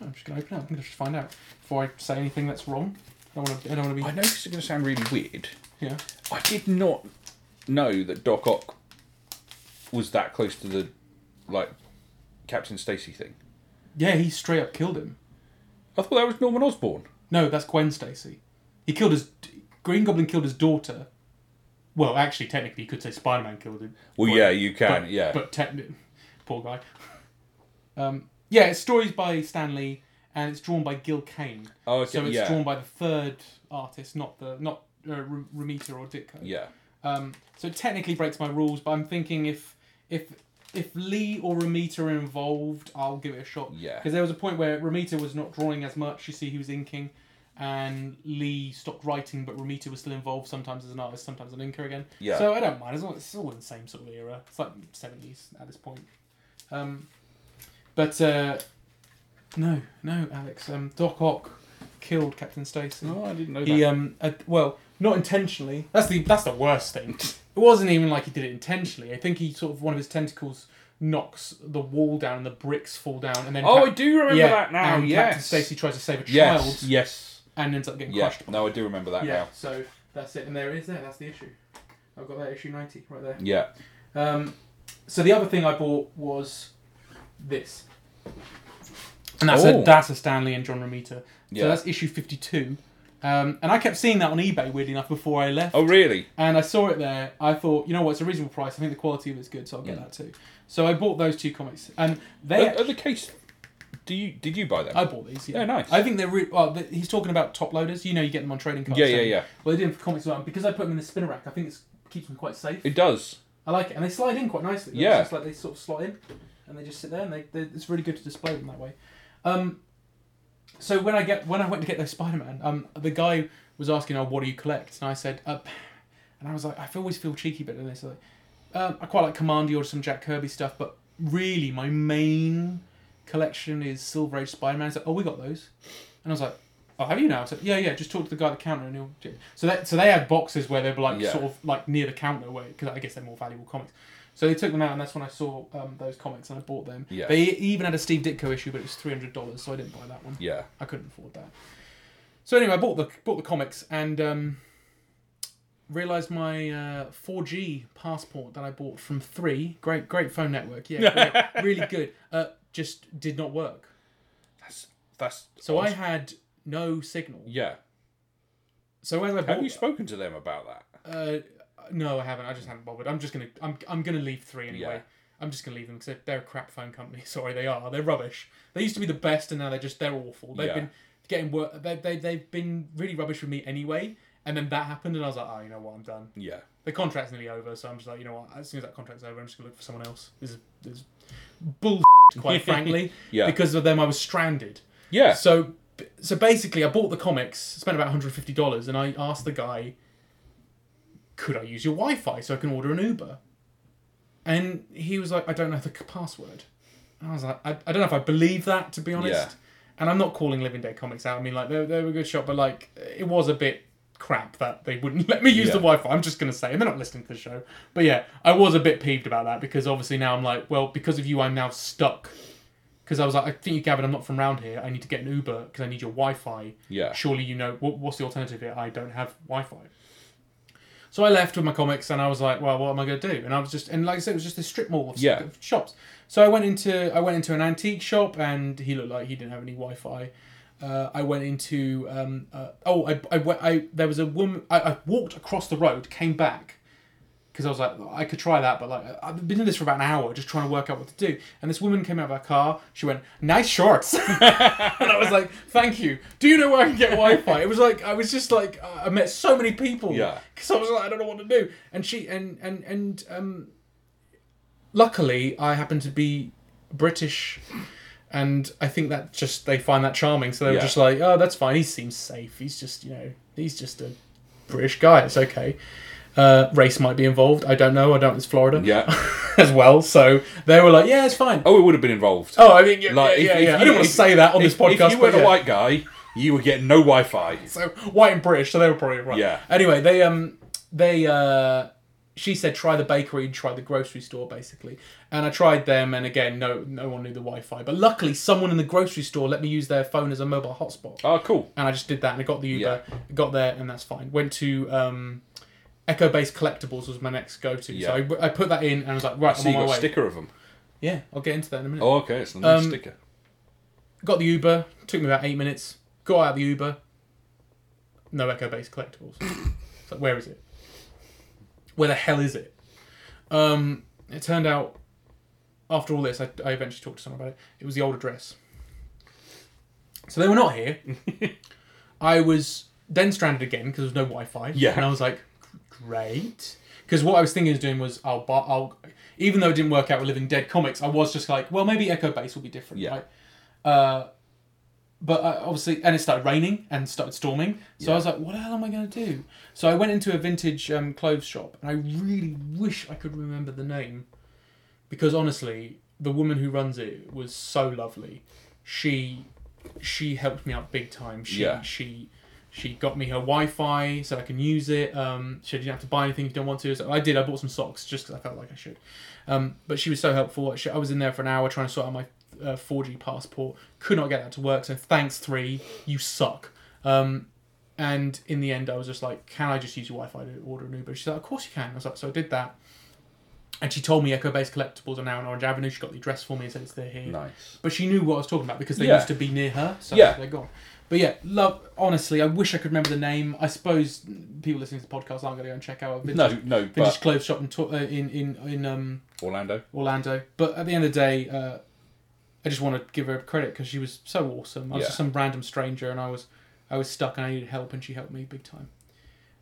Speaker 1: Oh, I'm just gonna open it. up. I'm gonna just find out before I say anything that's wrong. I don't want to. I don't want to
Speaker 2: I
Speaker 1: be.
Speaker 2: know this is going to sound really weird.
Speaker 1: Yeah.
Speaker 2: I did not know that Doc Ock was that close to the like Captain Stacy thing.
Speaker 1: Yeah, he straight up killed him.
Speaker 2: I thought that was Norman Osborn.
Speaker 1: No, that's Gwen Stacy. He killed his. Green Goblin killed his daughter. Well, actually, technically, you could say Spider Man killed him.
Speaker 2: Well,
Speaker 1: Well,
Speaker 2: yeah, you can.
Speaker 1: but,
Speaker 2: yeah,
Speaker 1: But techni- poor guy. Um, yeah, it's stories by Stanley, and it's drawn by Gil Kane.
Speaker 2: Oh, okay,
Speaker 1: So it's
Speaker 2: yeah.
Speaker 1: drawn by the third artist, not the not uh, R- Ramita or Ditko.
Speaker 2: yeah,
Speaker 1: Um, so it technically breaks my rules, but I'm thinking if if if Lee or Ramita are involved, I'll give it a shot.
Speaker 2: Yeah.
Speaker 1: Because there was a point where Ramita was not drawing as much. You see, he was inking, and Lee stopped writing, but Ramita was still involved sometimes as an artist, sometimes an inker again.
Speaker 2: Yeah.
Speaker 1: So I don't mind. It's all, it's all in the same sort of era. It's like seventies at this point. Um, but uh, no, no, Alex. Um, Doc Ock killed Captain Stacy.
Speaker 2: No, I didn't know
Speaker 1: He um uh, well, not intentionally. That's the that's the worst thing. It wasn't even like he did it intentionally. I think he sort of one of his tentacles knocks the wall down and the bricks fall down and then
Speaker 2: oh, I
Speaker 1: Cap-
Speaker 2: do remember
Speaker 1: yeah,
Speaker 2: that now.
Speaker 1: and
Speaker 2: yes,
Speaker 1: Captain Stacy tries to save a child
Speaker 2: yes, yes,
Speaker 1: and ends up getting
Speaker 2: yeah.
Speaker 1: crushed.
Speaker 2: No, I do remember that
Speaker 1: yeah.
Speaker 2: now.
Speaker 1: So that's it and there it is there. That's the issue. I've got that issue 90 right there.
Speaker 2: Yeah,
Speaker 1: Um, so the other thing I bought was this. And that's
Speaker 2: Oh.
Speaker 1: a that's a Stanley and John Romita.
Speaker 2: Yeah.
Speaker 1: So that's issue fifty two. Um, and I kept seeing that on eBay, weirdly enough, before I left.
Speaker 2: Oh, really?
Speaker 1: And I saw it there. I thought, you know what, it's a reasonable price. I think the quality of it's good, so I'll get
Speaker 2: Mm.
Speaker 1: that too. So I bought those two comics, and
Speaker 2: Are,
Speaker 1: they
Speaker 2: are the case Do you did you buy them?
Speaker 1: I bought these. Yeah,
Speaker 2: Oh, nice.
Speaker 1: I think they're re- well. th he's talking about top loaders. You know, you get them on trading cards.
Speaker 2: yeah,
Speaker 1: don't
Speaker 2: yeah,
Speaker 1: you?
Speaker 2: yeah.
Speaker 1: Well, they did them for comics as well. and Because I put them in the spinner rack, I think it keeps them quite safe.
Speaker 2: It does.
Speaker 1: I like it, and they slide in quite nicely.
Speaker 2: Yeah.
Speaker 1: it's just like they sort of slot in, and they just sit there, and they, they it's really good to display them that way. Um, so when I get when I went to get those Spider Man, um, the guy was asking, "Oh, what do you collect?" And I said, "Uh," and I was like, "I feel- always feel cheeky, but then they said, um, I quite like Commandy or some Jack Kirby stuff, but really my main collection is Silver Age Spider Man." He's like, "Oh, we got those," and I was like. Oh, have you now? I said, yeah, yeah. Just talk to the guy at the counter, and he'll. So that so they had boxes where they were like
Speaker 2: Yeah.
Speaker 1: sort of like near the counter, where because I guess they're more valuable comics. So they took them out, and that's when I saw um, those comics, and I bought them.
Speaker 2: Yeah.
Speaker 1: They even had a Steve Ditko issue, but it was three hundred dollars, so I didn't buy that one.
Speaker 2: Yeah.
Speaker 1: I couldn't afford that. So anyway, I bought the bought the comics and um, realized my uh, 4G passport that I bought from Three, great great phone network, yeah,
Speaker 2: [LAUGHS]
Speaker 1: great, really good, uh, just did not work.
Speaker 2: That's that's.
Speaker 1: So I
Speaker 2: awesome.
Speaker 1: had no signal.
Speaker 2: Yeah.
Speaker 1: So as I
Speaker 2: Have
Speaker 1: bought,
Speaker 2: you spoken to them about that?
Speaker 1: uh, no, I haven't. I just haven't bothered. I'm just gonna I'm I'm gonna leave Three anyway.
Speaker 2: Yeah.
Speaker 1: I'm just gonna leave them because they're a crap phone company. [LAUGHS] Sorry, they are. They're rubbish. They used to be the best, and now they're just they're awful. They've
Speaker 2: Yeah.
Speaker 1: been getting worse. They, they they've been really rubbish with me anyway. And then that happened, and I was like, oh, you know what, I'm done.
Speaker 2: Yeah.
Speaker 1: The contract's nearly over, so I'm just like, you know what, as soon as that contract's over, I'm just gonna look for someone else. This is, this is bull,
Speaker 2: [LAUGHS]
Speaker 1: quite frankly.
Speaker 2: Yeah.
Speaker 1: Because of them, I was stranded.
Speaker 2: Yeah.
Speaker 1: So, so basically, I bought the comics, spent about $150, and I asked the guy, could I use your Wi Fi so I can order an Uber? And he was like, I don't know the c- password. And I was like, I, I don't know if I believe that, to be honest.
Speaker 2: Yeah.
Speaker 1: And I'm not calling Living Dead Comics out. I mean, like, they, they were a good shot, but, like, it was a bit crap that they wouldn't [LAUGHS] let me use the
Speaker 2: Yeah.
Speaker 1: Wi Fi. I'm just going to say, and they're not listening to the show. But yeah, I was a bit peeved about that because obviously now I'm like, well, because of you, I'm now stuck because I was like, I think you, Gavin, I'm not from round here. I need to get an Uber because I need your Wi-Fi.
Speaker 2: Yeah.
Speaker 1: Surely you know what, what's the alternative here? I don't have Wi-Fi. So I left with my comics and I was like, well, what am I going to do? And I was just, and like I said, it was just this strip mall of,
Speaker 2: Yeah.
Speaker 1: of shops. So I went into I went into an antique shop and he looked like he didn't have any Wi-Fi. Uh, I went into um, uh, oh I, I, went- I there was a woman I, I walked across the road came back because I was like, I could try that, but like, I've been doing this for about an hour, just trying to work out what to do. And this woman came out of her car. She went, "Nice shorts," [LAUGHS] and I was like, "Thank you." Do you know where I can get Wi-Fi? It was like I was just like I met so many people.
Speaker 2: Yeah.
Speaker 1: Because I was like, I don't know what to do. And she and and and um, luckily I happen to be British. And I think that just they find that charming, so they were
Speaker 2: Yeah.
Speaker 1: just like, "Oh, that's fine. He seems safe. He's just, you know, he's just a British guy. It's okay." Uh, race might be involved. I don't know. I don't. It's Florida.
Speaker 2: yeah.
Speaker 1: [LAUGHS] as well. So they were like, "Yeah, it's fine." Oh,
Speaker 2: Oh, it would have been involved.
Speaker 1: I mean, yeah,
Speaker 2: Like, if-
Speaker 1: yeah, yeah.
Speaker 2: if
Speaker 1: yeah. I
Speaker 2: you-
Speaker 1: don't want
Speaker 2: if-
Speaker 1: to say that on this
Speaker 2: If,
Speaker 1: podcast.
Speaker 2: if you were
Speaker 1: but
Speaker 2: a
Speaker 1: yeah.
Speaker 2: white guy, you would get no Wi-Fi.
Speaker 1: so white and British, so they were probably right.
Speaker 2: Yeah.
Speaker 1: Anyway, they um they uh she said try the bakery and try the grocery store basically, and I tried them, and again, no no one knew the Wi-Fi, but luckily someone in the grocery store let me use their phone as a mobile hotspot.
Speaker 2: Oh, cool.
Speaker 1: and I just did that and I got the Uber, got there, and that's fine. Went to um, Echo Based Collectibles was my next go to,
Speaker 2: Yeah.
Speaker 1: so I, I put that in and I was like, right, I'm
Speaker 2: So you
Speaker 1: on
Speaker 2: got
Speaker 1: my
Speaker 2: a
Speaker 1: way.
Speaker 2: sticker of them.
Speaker 1: yeah, I'll get into that in a minute.
Speaker 2: Oh, okay. It's a nice
Speaker 1: Um,
Speaker 2: sticker.
Speaker 1: Got the Uber, took me about eight minutes. Got out of the Uber, no Echo Based Collectibles. it's like, where is it? Where the hell is it? Um, it turned out, after all this, I, I eventually talked to someone about it. It was the old address. So they were not here. I was then stranded again because there was no Wi-Fi.
Speaker 2: Yeah.
Speaker 1: And I was like, great. Because what I was thinking of doing was I'll, bu- I'll, even though it didn't work out with Living Dead comics, I was just like, well, maybe Echo Base will be different.
Speaker 2: Yeah.
Speaker 1: Right? Uh, but I, obviously, and it started raining and started storming. So I was like, what the hell am I going to do? So I went into a vintage um, clothes shop, and I really wish I could remember the name, because honestly, the woman who runs it was so lovely. She she helped me out big time. She
Speaker 2: Yeah.
Speaker 1: she she got me her Wi-Fi so I can use it. Um, she said you don't have to buy anything if you don't want to. So I did. I bought some socks just because I felt like I should. Um, but she was so helpful. She, I was in there for an hour trying to sort out my uh, 4G passport. Could not get that to work. So thanks three, you suck. Um, and in the end, I was just like, can I just use your Wi-Fi to order an Uber? She's like, of course you can. I was like, so I did that. And she told me Echo Based Collectibles are now on Orange Avenue. She got the address for me and said it's there here.
Speaker 2: Nice.
Speaker 1: But she knew what I was talking about because they
Speaker 2: Yeah.
Speaker 1: used to be near her, so
Speaker 2: Yeah.
Speaker 1: they're gone. But yeah, love. Honestly, I wish I could remember the name. I suppose people listening to the podcast aren't going to go and check out a vintage,
Speaker 2: No, no,
Speaker 1: vintage
Speaker 2: but
Speaker 1: clothes shop in, Tor- uh, in in in um,
Speaker 2: Orlando.
Speaker 1: Orlando. But at the end of the day, uh, I just want to give her credit because she was so awesome. I was
Speaker 2: Yeah.
Speaker 1: just some random stranger, and I was I was stuck, and I needed help, and she helped me big time.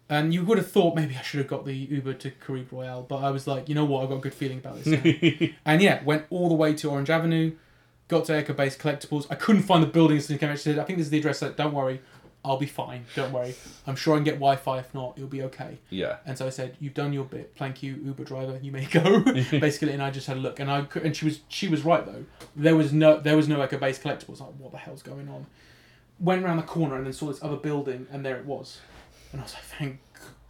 Speaker 1: And you would have thought maybe I should have got the Uber to Carib Royale, but I was like, you know what, I've got a good feeling about this. now. and yeah, went all the way to Orange Avenue, got to Echo Base Collectibles. I couldn't find the building as soon as I came out. She said, I think this is the address. I said, don't worry, I'll be fine. Don't worry. I'm sure I can get Wi Fi. If not, it'll be okay.
Speaker 2: Yeah.
Speaker 1: And so I said, "You've done your bit. Thank you, Uber driver. You may [LAUGHS]
Speaker 2: [LAUGHS]
Speaker 1: go." Basically, and I just had a look, and I cou- and she was she was right though. There was no there was no Echo Base collectibles. Like, what the hell's going on? Went around the corner and then saw this other building, and there it was. And I was like, "Thank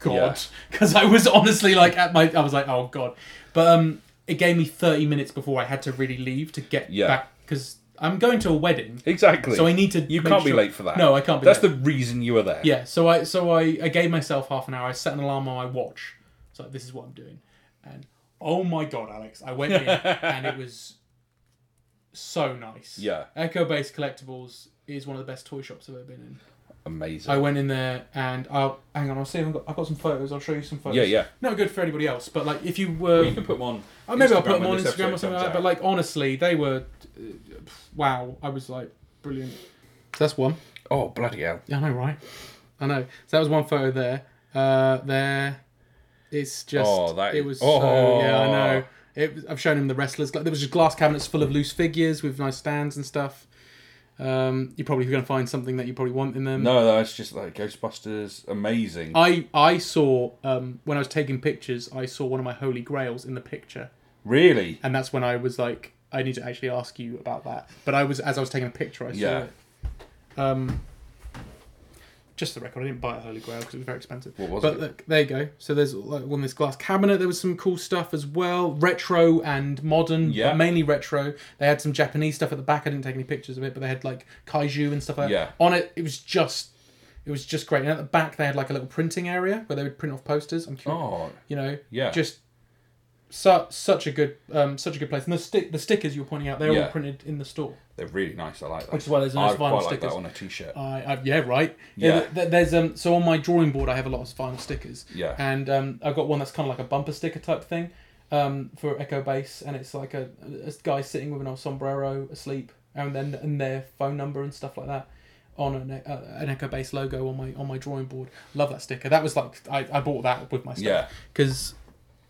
Speaker 1: God," [LAUGHS] because I was honestly like at my I was like, "Oh God," but um, it gave me thirty minutes before I had to really leave to get
Speaker 2: Yeah.
Speaker 1: back because I'm going to a wedding,
Speaker 2: Exactly.
Speaker 1: so I need to.
Speaker 2: you
Speaker 1: make
Speaker 2: can't be
Speaker 1: sure-
Speaker 2: late for that.
Speaker 1: No, I can't be.
Speaker 2: That's
Speaker 1: late.
Speaker 2: the reason you were there.
Speaker 1: Yeah, so I so I, I gave myself half an hour. I set an alarm on my watch. So this is what I'm doing, and oh my god, Alex, I
Speaker 2: [LAUGHS]
Speaker 1: went in and it was so nice.
Speaker 2: Yeah.
Speaker 1: Echo Base Collectibles is one of the best toy shops I've ever been in.
Speaker 2: Amazing.
Speaker 1: I went in there and I'll hang on. I'll see. If I've, got, I've got some photos. I'll show you some photos.
Speaker 2: Yeah, yeah.
Speaker 1: Not good for anybody else, but like if you were,
Speaker 2: you can put them on.
Speaker 1: Oh, maybe I'll
Speaker 2: Instagram
Speaker 1: put them
Speaker 2: when
Speaker 1: on
Speaker 2: this
Speaker 1: Instagram or
Speaker 2: episode
Speaker 1: something like that.
Speaker 2: comes
Speaker 1: But
Speaker 2: out.
Speaker 1: like honestly, they were uh, wow. I was like brilliant. So that's one.
Speaker 2: oh bloody hell!
Speaker 1: Yeah, I know, right? I know. So that was one photo there. Uh, there, it's just.
Speaker 2: Oh, that
Speaker 1: it
Speaker 2: is-
Speaker 1: was.
Speaker 2: Oh.
Speaker 1: So, yeah, I know. It, was- I've shown him the wrestlers. There was just glass cabinets full of loose figures with nice stands and stuff. Um, you're probably going to find something that you probably want in them.
Speaker 2: No, that's just like Ghostbusters. Amazing.
Speaker 1: I I saw um, when I was taking pictures, I saw one of my holy grails in the picture,
Speaker 2: really?
Speaker 1: and that's when I was like, I need to actually ask you about that. But I was as I was taking a picture, I saw
Speaker 2: Yeah.
Speaker 1: it. Um, just the record. I didn't buy a holy grail because it was very expensive.
Speaker 2: What was
Speaker 1: but
Speaker 2: it?
Speaker 1: look, there you go. So there's like one this glass cabinet. There was some cool stuff as well, retro and modern,
Speaker 2: Yeah.
Speaker 1: but mainly retro. They had some Japanese stuff at the back. I didn't take any pictures of it, but they had like kaiju and stuff like
Speaker 2: Yeah.
Speaker 1: that. On it, it was just, it was just great. And at the back, they had like a little printing area where they would print off posters. I'm curious,
Speaker 2: Oh,
Speaker 1: you know,
Speaker 2: yeah.
Speaker 1: just su- such a good, um, such a good place. And the stick, the stickers you were pointing out, they're
Speaker 2: Yeah.
Speaker 1: all printed in the store.
Speaker 2: They're really nice. I like that.
Speaker 1: Which is why there's nice
Speaker 2: I quite
Speaker 1: vinyl
Speaker 2: like
Speaker 1: stickers.
Speaker 2: that on a t-shirt.
Speaker 1: I, I yeah right yeah.
Speaker 2: Yeah.
Speaker 1: th- th- there's um so on my drawing board I have a lot of vinyl stickers
Speaker 2: Yeah.
Speaker 1: and um I've got one that's kind of like a bumper sticker type thing um for Echo Base and it's like a, a guy sitting with an old sombrero asleep and then and their phone number and stuff like that on an, uh, an Echo Base logo on my on my drawing board love that sticker that was like I, I bought that with my stuff
Speaker 2: Yeah.
Speaker 1: because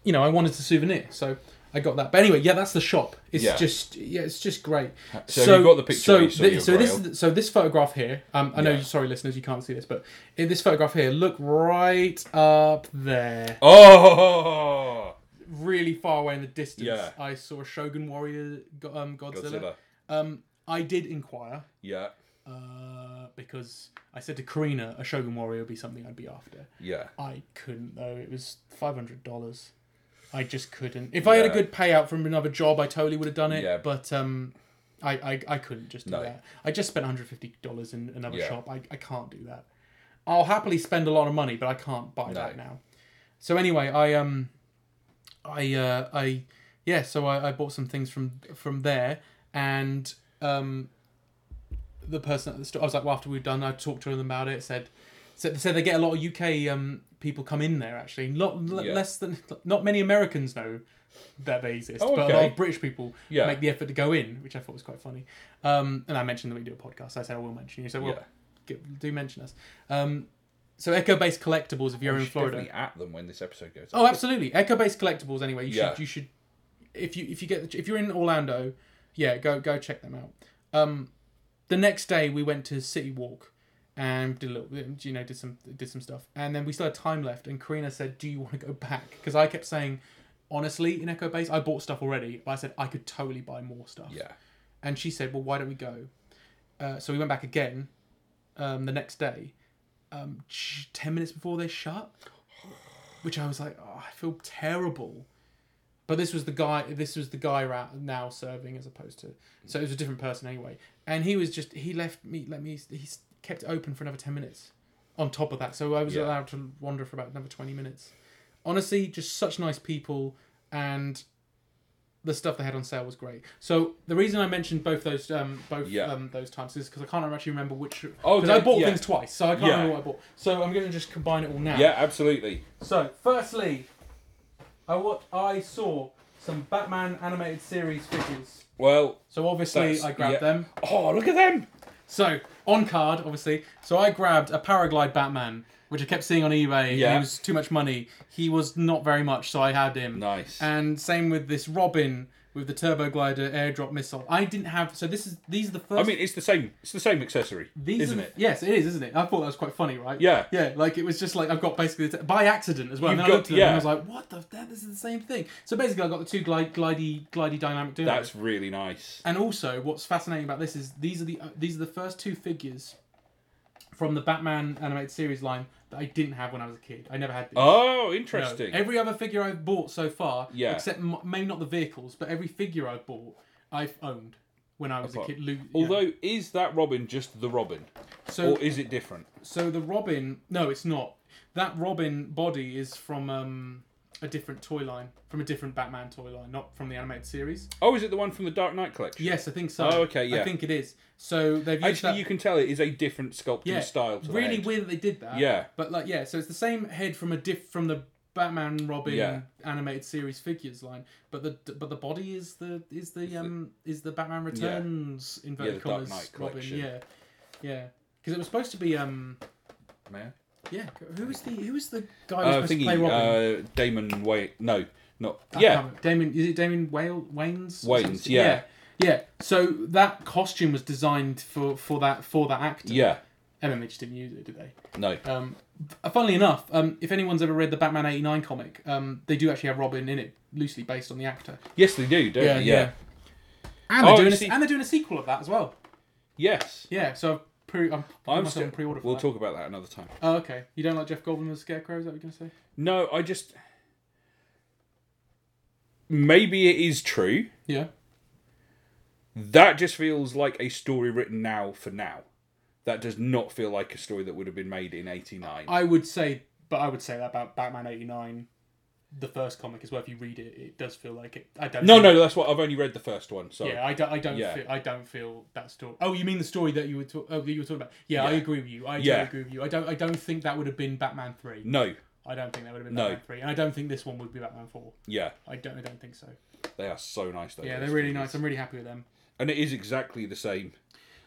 Speaker 1: you know I wanted a souvenir so I got that but anyway yeah that's the shop it's
Speaker 2: Yeah.
Speaker 1: just yeah it's just great
Speaker 2: So you've got the picture where you saw
Speaker 1: thi-
Speaker 2: your
Speaker 1: so this
Speaker 2: grail.
Speaker 1: is- so this photograph here. Um, I know,
Speaker 2: Yeah.
Speaker 1: sorry, listeners, you can't see this, but in this photograph here, look right up there,
Speaker 2: Oh,
Speaker 1: really far away in the distance.
Speaker 2: Yeah.
Speaker 1: I saw Shogun Warrior Go- um, Godzilla.
Speaker 2: Godzilla.
Speaker 1: Um, I did inquire
Speaker 2: Yeah,
Speaker 1: uh, because I said to Karina, a Shogun Warrior would be something I'd be after.
Speaker 2: yeah.
Speaker 1: I couldn't though. It was five hundred dollars. I just couldn't. If I had a
Speaker 2: Yeah.
Speaker 1: good payout from another job, I totally would have done it.
Speaker 2: Yeah.
Speaker 1: But um, I, I I couldn't just do
Speaker 2: No.
Speaker 1: that. I just spent one hundred fifty dollars in another
Speaker 2: Yeah.
Speaker 1: shop. I I can't do that. I'll happily spend a lot of money, but I can't buy that now. So anyway, I um, I uh, I yeah. So I, I bought some things from from there, and um, the person at the store, I was like, well, after we were done, I talked to them about it. Said, said, said they get a lot of UK um, people come in there actually. Not l-
Speaker 2: Yeah.
Speaker 1: less than not many Americans know that they exist,
Speaker 2: Oh,
Speaker 1: but a
Speaker 2: okay.
Speaker 1: lot of British people
Speaker 2: Yeah.
Speaker 1: make the effort to go in, which I thought was quite funny. Um, and I mentioned that we do a podcast. I said I will mention you, so we'll
Speaker 2: Yeah.
Speaker 1: get, do mention us. Um, so Echo Base Collectibles, if you're
Speaker 2: We
Speaker 1: in
Speaker 2: should
Speaker 1: Florida,
Speaker 2: definitely at them when this episode goes.
Speaker 1: Oh,
Speaker 2: up.
Speaker 1: absolutely. Echo based collectibles. Anyway, you
Speaker 2: Yeah.
Speaker 1: should you should if you if you get if you're in Orlando, yeah, go go check them out. Um, the next day we went to City Walk and did a little um, you know did some did some stuff and then we still had time left and Karina said, "Do you want to go back?" Because I kept saying. Honestly, in Echo Base, I bought stuff already, but I said I could totally buy more stuff.
Speaker 2: Yeah,
Speaker 1: And she said, "Well, why don't we go?" Uh, so we went back again um, the next day, um, j- ten minutes before they shut, which I was like, oh, "I feel terrible." But this was the guy. This was the guy ra- now serving, as opposed to so it was a different person anyway. And he was just he left me. Let me. He s- kept it open for another ten minutes. On top of that, so I was
Speaker 2: Yeah.
Speaker 1: allowed to wander for about another twenty minutes. Honestly, just such nice people and the stuff they had on sale was great. So the reason I mentioned both those um, both
Speaker 2: Yeah.
Speaker 1: um, those times is because I can't actually remember which.
Speaker 2: Oh,
Speaker 1: because I
Speaker 2: yeah,
Speaker 1: bought
Speaker 2: yeah.
Speaker 1: things twice, so I can't
Speaker 2: Yeah.
Speaker 1: remember what I bought. So I'm going to just combine it all now.
Speaker 2: yeah, absolutely.
Speaker 1: So firstly, I what I saw some Batman animated series figures.
Speaker 2: Well,
Speaker 1: So obviously
Speaker 2: That's-
Speaker 1: I grabbed
Speaker 2: yeah.
Speaker 1: them.
Speaker 2: oh look at them!
Speaker 1: So on card, obviously. So I grabbed a Paraglide Batman, which I kept seeing on eBay. Yeah.
Speaker 2: Yeah.
Speaker 1: And it was too much money. He was not very much, so I had him.
Speaker 2: Nice.
Speaker 1: And same with this Robin with the Turbo Glider airdrop missile. I didn't have. So this is these are the first.
Speaker 2: I mean, it's the same. It's the same accessory,
Speaker 1: these
Speaker 2: isn't
Speaker 1: are,
Speaker 2: it?
Speaker 1: Yes, it is, isn't it? I thought that was quite funny, right?
Speaker 2: Yeah.
Speaker 1: Yeah, like it was just like I've got basically the t- by accident as well. and then
Speaker 2: You've
Speaker 1: I
Speaker 2: got-
Speaker 1: looked at them
Speaker 2: yeah.
Speaker 1: and I was like, what the? That, this is the same thing. So basically, I got the two glide, glidey, glidey dynamic duos.
Speaker 2: That's really nice.
Speaker 1: And also, what's fascinating about this is these are the uh, these are the first two figures from the Batman animated series line that I didn't have when I was a kid. I never had these.
Speaker 2: Oh,
Speaker 1: No.
Speaker 2: interesting.
Speaker 1: Every other figure I've bought so far,
Speaker 2: Yeah.
Speaker 1: except m- maybe not the vehicles, but every figure I've bought, I've owned when I was
Speaker 2: Apart-
Speaker 1: a kid. Lu- yeah.
Speaker 2: Although, is that Robin just the Robin,
Speaker 1: so
Speaker 2: or is it different?
Speaker 1: so the Robin, no, it's not. That Robin body is from um, a different toy line, from a different Batman toy line, not from the animated series.
Speaker 2: Oh, is it the one from the Dark Knight collection?
Speaker 1: Yes, I think so.
Speaker 2: Oh, okay,
Speaker 1: I
Speaker 2: yeah.
Speaker 1: think it is. So they've used
Speaker 2: Actually,
Speaker 1: that-
Speaker 2: you can tell it is a different sculpting style. To the
Speaker 1: really
Speaker 2: head.
Speaker 1: weird that they did that.
Speaker 2: Yeah.
Speaker 1: But like, yeah, so it's the same head from a diff from the Batman Robin
Speaker 2: Yeah.
Speaker 1: animated series figures line, but the but the body is the is the um is the Batman Returns inverted
Speaker 2: Yeah, the Dark
Speaker 1: commas
Speaker 2: Knight
Speaker 1: Robin.
Speaker 2: collection.
Speaker 1: Yeah, yeah. Because it was supposed to be um
Speaker 2: Man.
Speaker 1: yeah who was the who was the guy who was
Speaker 2: Uh,
Speaker 1: supposed to play Robin?
Speaker 2: thingy, uh, Damon Wayne. No, not
Speaker 1: I
Speaker 2: yeah.
Speaker 1: can't remember. Damon is it Damon Whale Waynes? or
Speaker 2: Wayans,
Speaker 1: something?
Speaker 2: yeah.
Speaker 1: yeah. Yeah. So that costume was designed for for that for that actor.
Speaker 2: Yeah,
Speaker 1: And then they just didn't use it, did they?
Speaker 2: no.
Speaker 1: Um, f- funnily enough, um, if anyone's ever read the Batman '89 comic, um, they do actually have Robin in it, loosely based on the actor.
Speaker 2: Yes, they do. Don't they? yeah.
Speaker 1: And they're,
Speaker 2: Oh,
Speaker 1: doing a,
Speaker 2: you see-
Speaker 1: and they're doing a sequel of that as well.
Speaker 2: Yes.
Speaker 1: Yeah, so I've pre- I'm,
Speaker 2: I'm
Speaker 1: I'm
Speaker 2: still-
Speaker 1: still pre-order for
Speaker 2: We'll
Speaker 1: that.
Speaker 2: talk about that another time.
Speaker 1: Oh, okay. You don't like Jeff Goldblum as Scarecrow? Is that what you're gonna say?
Speaker 2: No, I just maybe it is true.
Speaker 1: Yeah.
Speaker 2: That just feels like a story written now for now. That does not feel like a story that would have been made in '89.
Speaker 1: I would say, but I would say that about Batman '89, the first comic as well. If you read it, it does feel like it. I don't.
Speaker 2: No,
Speaker 1: feel-
Speaker 2: no, that's what I've only read the first one. So
Speaker 1: Yeah, I don't. I don't.
Speaker 2: Yeah.
Speaker 1: Feel, I don't feel that story. Oh, you mean the story that you were talk- oh, that you were talking about? Yeah, I
Speaker 2: Yeah.
Speaker 1: agree with you. I
Speaker 2: Yeah.
Speaker 1: do agree with you. I don't. I don't think that would have been Batman three.
Speaker 2: no,
Speaker 1: I don't think that would have been
Speaker 2: No.
Speaker 1: Batman three, and I don't think this one would be Batman four.
Speaker 2: yeah,
Speaker 1: I don't. I don't think so.
Speaker 2: they are so nice. Though,
Speaker 1: Yeah,
Speaker 2: those
Speaker 1: they're really
Speaker 2: figures.
Speaker 1: nice. I'm really happy with them.
Speaker 2: and it is exactly the same.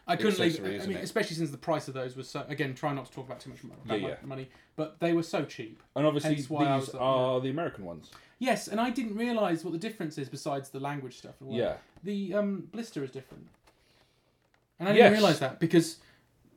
Speaker 1: I couldn't leave.
Speaker 2: Accessory,
Speaker 1: I
Speaker 2: isn't
Speaker 1: mean,
Speaker 2: it?
Speaker 1: especially since the price of those was so. Again, try not to talk about too much mo- about
Speaker 2: Yeah,
Speaker 1: mo-
Speaker 2: yeah.
Speaker 1: money, but they were so cheap.
Speaker 2: And obviously,
Speaker 1: Hence
Speaker 2: these
Speaker 1: why I was like,
Speaker 2: are the American ones.
Speaker 1: Yes, and I didn't realize what the difference is besides the language stuff. and all that.
Speaker 2: Yeah.
Speaker 1: the um, blister is different, and I didn't
Speaker 2: Yes.
Speaker 1: realize that because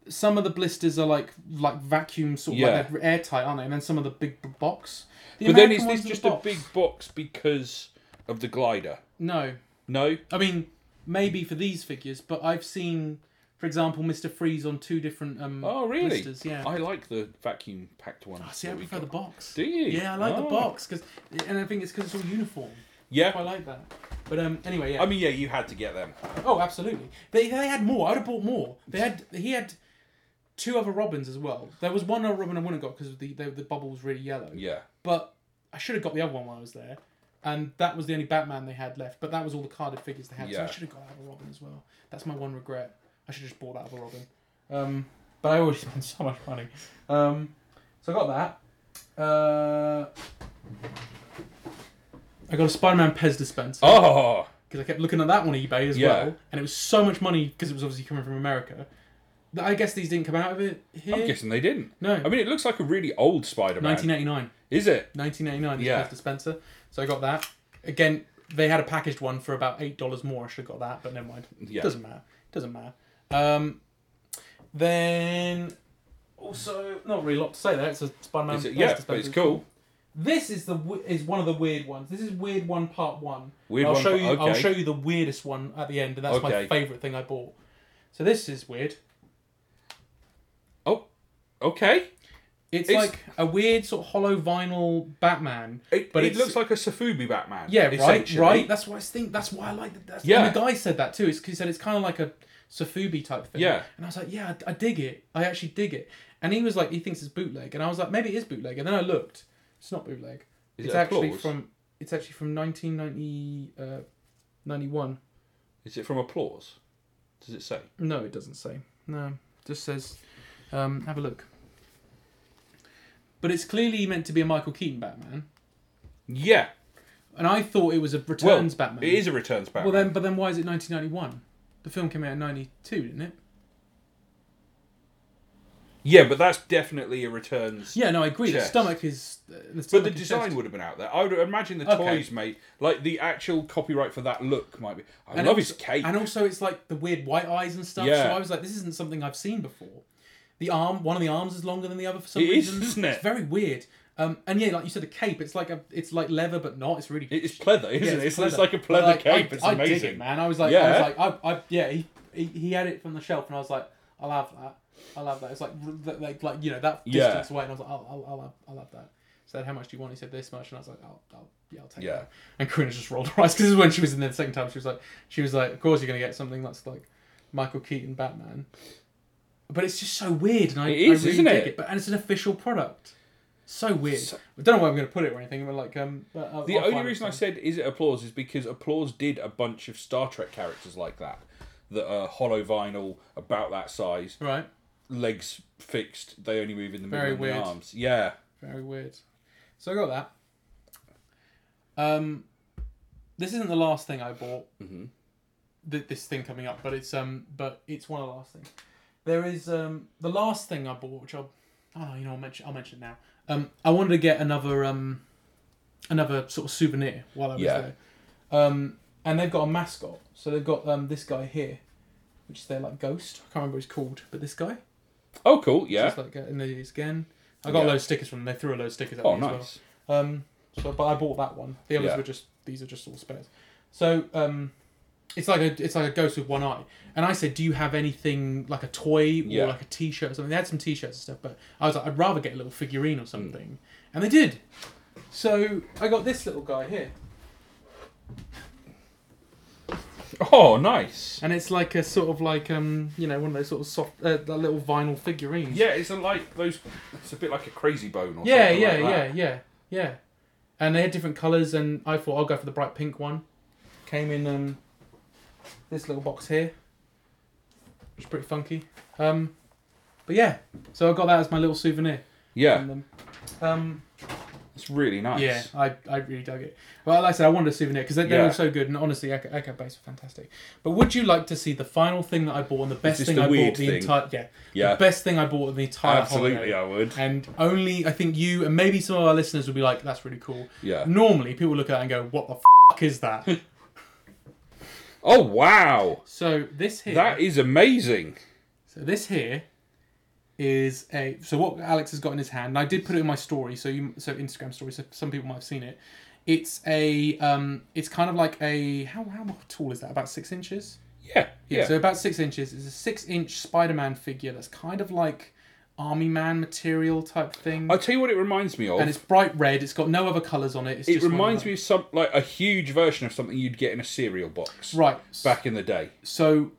Speaker 1: some of the blisters are like like vacuum sort of
Speaker 2: Yeah.
Speaker 1: like they're airtight, aren't they? And then some of the big b- box. The
Speaker 2: But then
Speaker 1: American
Speaker 2: is
Speaker 1: ones
Speaker 2: this
Speaker 1: are the
Speaker 2: just a
Speaker 1: box.
Speaker 2: big box because of the glider?
Speaker 1: No,
Speaker 2: No.
Speaker 1: I mean maybe for these figures, but I've seen, for example, Mister Freeze on two different um,
Speaker 2: Oh, really?
Speaker 1: blisters. Yeah.
Speaker 2: I like the vacuum packed one.
Speaker 1: Oh, See, I
Speaker 2: that we
Speaker 1: prefer the
Speaker 2: got.
Speaker 1: box.
Speaker 2: Do you?
Speaker 1: Yeah, I like the
Speaker 2: Oh.
Speaker 1: box because, and I think it's because it's all uniform. I
Speaker 2: Yeah.
Speaker 1: like that. But um, anyway, yeah.
Speaker 2: I mean, yeah, you had to get them.
Speaker 1: Oh, absolutely. They they had more. I'd have bought more. They had he had two other robins as well. There was one other robin I wouldn't have got because the, the the bubble was really yellow.
Speaker 2: Yeah.
Speaker 1: But I should have got the other one while I was there, and that was the only Batman they had left. But that was all the carded figures they had. So
Speaker 2: Yeah.
Speaker 1: I should have got that other robin as well. That's my one regret. I should have just bought that other robin. Um, but I always [LAUGHS] spent so much money. Um, so I got that. Uh, I got a Spider-Man Pez dispenser
Speaker 2: Oh,
Speaker 1: because I kept looking at that on eBay as
Speaker 2: Yeah.
Speaker 1: well, and it was so much money because it was obviously coming from America. That I guess these didn't come out of it here.
Speaker 2: I'm guessing they didn't.
Speaker 1: no,
Speaker 2: I mean, it looks like a really old Spider-Man.
Speaker 1: 1989,
Speaker 2: Is it?
Speaker 1: 1989.
Speaker 2: Yeah.
Speaker 1: Yeah, dispenser. So I got that. Again, they had a packaged one for about eight dollars more. I should have got that, but never mind.
Speaker 2: Yeah.
Speaker 1: Doesn't matter. Doesn't matter. Um, then also not really a lot to say there. It's a Spider-Man.
Speaker 2: Is it?
Speaker 1: Pez
Speaker 2: Yeah, but
Speaker 1: dispenser.
Speaker 2: it's cool.
Speaker 1: This is the w- is one of the weird ones. This is weird one part one.
Speaker 2: Weird
Speaker 1: I'll
Speaker 2: one
Speaker 1: show
Speaker 2: part-
Speaker 1: you. I'll
Speaker 2: okay.
Speaker 1: show you the weirdest one at the end, and that's my
Speaker 2: Okay.
Speaker 1: favourite thing I bought. So this is weird.
Speaker 2: Oh, okay.
Speaker 1: It's,
Speaker 2: It's-
Speaker 1: like a weird sort of hollow vinyl Batman,
Speaker 2: It,
Speaker 1: but
Speaker 2: it
Speaker 1: it's-
Speaker 2: looks like a Safubi Batman.
Speaker 1: yeah, right,
Speaker 2: essentially.
Speaker 1: right. That's what I think. That's why I like that. That's,
Speaker 2: Yeah.
Speaker 1: And the guy said that too. It's 'cause he said it's kind of like a Safubi type thing.
Speaker 2: Yeah.
Speaker 1: And I was like, yeah, I, I dig it. I actually dig it. And he was like, he thinks it's bootleg, and I was like, maybe it is bootleg. And then I looked. It's not bootleg.
Speaker 2: Is
Speaker 1: it's
Speaker 2: it a
Speaker 1: actually
Speaker 2: clause?
Speaker 1: from. It's actually from 1990. Uh, 91.
Speaker 2: Is it from applause? Does it say?
Speaker 1: No, it doesn't say. No, it just says, um, have a look. But it's clearly meant to be a Michael Keaton Batman.
Speaker 2: Yeah.
Speaker 1: and I thought it was a
Speaker 2: Well,
Speaker 1: returns Batman.
Speaker 2: it is a returns Batman.
Speaker 1: Well, then, but then why is it 1991? The film came out in 92, didn't it?
Speaker 2: yeah, but that's definitely a returns.
Speaker 1: Yeah, no, I agree. The
Speaker 2: Chest.
Speaker 1: stomach is. uh, The
Speaker 2: But
Speaker 1: stomach
Speaker 2: the
Speaker 1: is
Speaker 2: design
Speaker 1: chest.
Speaker 2: would have been out there. I would imagine the
Speaker 1: Okay.
Speaker 2: toys, mate. Like the actual copyright for that look might be. I
Speaker 1: And
Speaker 2: love
Speaker 1: also-
Speaker 2: his cape.
Speaker 1: And also, it's like the weird white eyes and stuff. So
Speaker 2: Yeah.
Speaker 1: I was like, this isn't something I've seen before. The arm, one of the arms is longer than the other for some
Speaker 2: It is,
Speaker 1: reason.
Speaker 2: isn't it?
Speaker 1: It's very weird. Um, and yeah, like you said, the cape. It's like a, it's like leather, but not. It's really.
Speaker 2: It's pleather, isn't
Speaker 1: yeah,
Speaker 2: it? It's, it's
Speaker 1: pleather.
Speaker 2: like a
Speaker 1: But,
Speaker 2: pleather
Speaker 1: like,
Speaker 2: cape.
Speaker 1: I,
Speaker 2: it's
Speaker 1: I
Speaker 2: amazing.
Speaker 1: dig it, man. I was like,
Speaker 2: Yeah.
Speaker 1: I was like, I, I yeah. He, he, he had it from the shelf, and I was like, I'll have that. I'll have that. It's like, r- th- like, like you know, that
Speaker 2: Yeah.
Speaker 1: distance away, and I was like, I'll, I'll, I'll, have, I'll have that. Said how much do you want? He said this much, and I was like, I'll, I'll yeah, I'll take
Speaker 2: Yeah.
Speaker 1: that. And Karina just rolled her eyes because this is when she was in there the second time. She was like, she was like, of course you're gonna get something that's like Michael Keaton Batman. But it's just so weird, and I,
Speaker 2: It is,
Speaker 1: I really
Speaker 2: isn't
Speaker 1: dig
Speaker 2: it?
Speaker 1: it? But and it's an official product. So weird.
Speaker 2: So-
Speaker 1: I don't know where I'm going to put it or anything. But like, um, but I'll-
Speaker 2: The
Speaker 1: I'll
Speaker 2: only
Speaker 1: find it
Speaker 2: reason I
Speaker 1: somewhere.
Speaker 2: said is it applause is because applause did a bunch of Star Trek characters like that, that are hollow vinyl, about that size,
Speaker 1: right.
Speaker 2: legs fixed. They only move in the middle
Speaker 1: Very
Speaker 2: of
Speaker 1: weird.
Speaker 2: the arms. Yeah,
Speaker 1: Very weird. So I got that. Um, this isn't the last thing I bought.
Speaker 2: Mhm.
Speaker 1: Th- this thing coming up, but it's um, but it's one of the last things. There is um, the last thing I bought, which I'll, oh, you know, I'll mention. I'll mention it now. Um, I wanted to get another um, another sort of souvenir while I was
Speaker 2: Yeah.
Speaker 1: there. Um, and they've got a mascot, so they've got um this guy here, which is their like ghost. I can't remember what he's called, but this guy.
Speaker 2: Oh, cool. Yeah.
Speaker 1: Just like uh, and there he is again. I got a
Speaker 2: Yeah.
Speaker 1: load of stickers from them. They threw a load of stickers at
Speaker 2: Oh,
Speaker 1: me as well.
Speaker 2: nice.
Speaker 1: Um, so, but I bought that one. The others
Speaker 2: Yeah.
Speaker 1: were just these are just all spares. So um, it's like a it's like a ghost with one eye. And I said, do you have anything like a toy or
Speaker 2: Yeah.
Speaker 1: like a T-shirt or something? They had some T-shirts and stuff, but I was like, I'd rather get a little figurine or
Speaker 2: Hmm.
Speaker 1: something, and they did. So I got this little guy here,
Speaker 2: Oh, nice.
Speaker 1: and it's like a sort of like um you know one of those sort of soft uh, the little vinyl figurines.
Speaker 2: Yeah, it's a like those. It's a bit like a crazy bone or
Speaker 1: Yeah,
Speaker 2: something.
Speaker 1: yeah,
Speaker 2: like that.
Speaker 1: yeah, yeah, yeah. And they had different colours, and I thought I'll go for the bright pink one. Came in um, this little box here, which is pretty funky. Um, but yeah, so I got that as my little souvenir
Speaker 2: yeah.
Speaker 1: from them. Um,
Speaker 2: It's really nice.
Speaker 1: Yeah, I, I really dug it. Well, like I said, I wanted a souvenir because they, they
Speaker 2: Yeah.
Speaker 1: were so good, and honestly, Echo, Echo Base were fantastic. But would you like to see the final thing that I bought and the best
Speaker 2: this
Speaker 1: thing
Speaker 2: the
Speaker 1: I
Speaker 2: weird
Speaker 1: bought the
Speaker 2: thing?
Speaker 1: entire yeah,
Speaker 2: Yeah.
Speaker 1: the best thing I bought in the entire holiday?
Speaker 2: Absolutely, I would.
Speaker 1: And only, I think you and maybe some of our listeners would be like, that's really cool.
Speaker 2: Yeah.
Speaker 1: Normally, people look at it and go, what the f is
Speaker 2: [LAUGHS]
Speaker 1: that?
Speaker 2: Oh wow,
Speaker 1: so this here,
Speaker 2: that is amazing.
Speaker 1: so this here is a so what Alex has got in his hand. And I did put it in my story, so you so Instagram story, so some people might have seen it. It's a um, it's kind of like a how how tall is that? About six inches.
Speaker 2: Yeah, yeah.
Speaker 1: So about six inches. It's a six-inch Spider-Man figure that's kind of like Army Man material type thing.
Speaker 2: I'll tell you what it reminds me of.
Speaker 1: and it's bright red. It's got no other colours on it. It's
Speaker 2: it
Speaker 1: just one of
Speaker 2: reminds
Speaker 1: them.
Speaker 2: me of some like a huge version of something you'd get in a cereal box
Speaker 1: Right.
Speaker 2: back in the day.
Speaker 1: So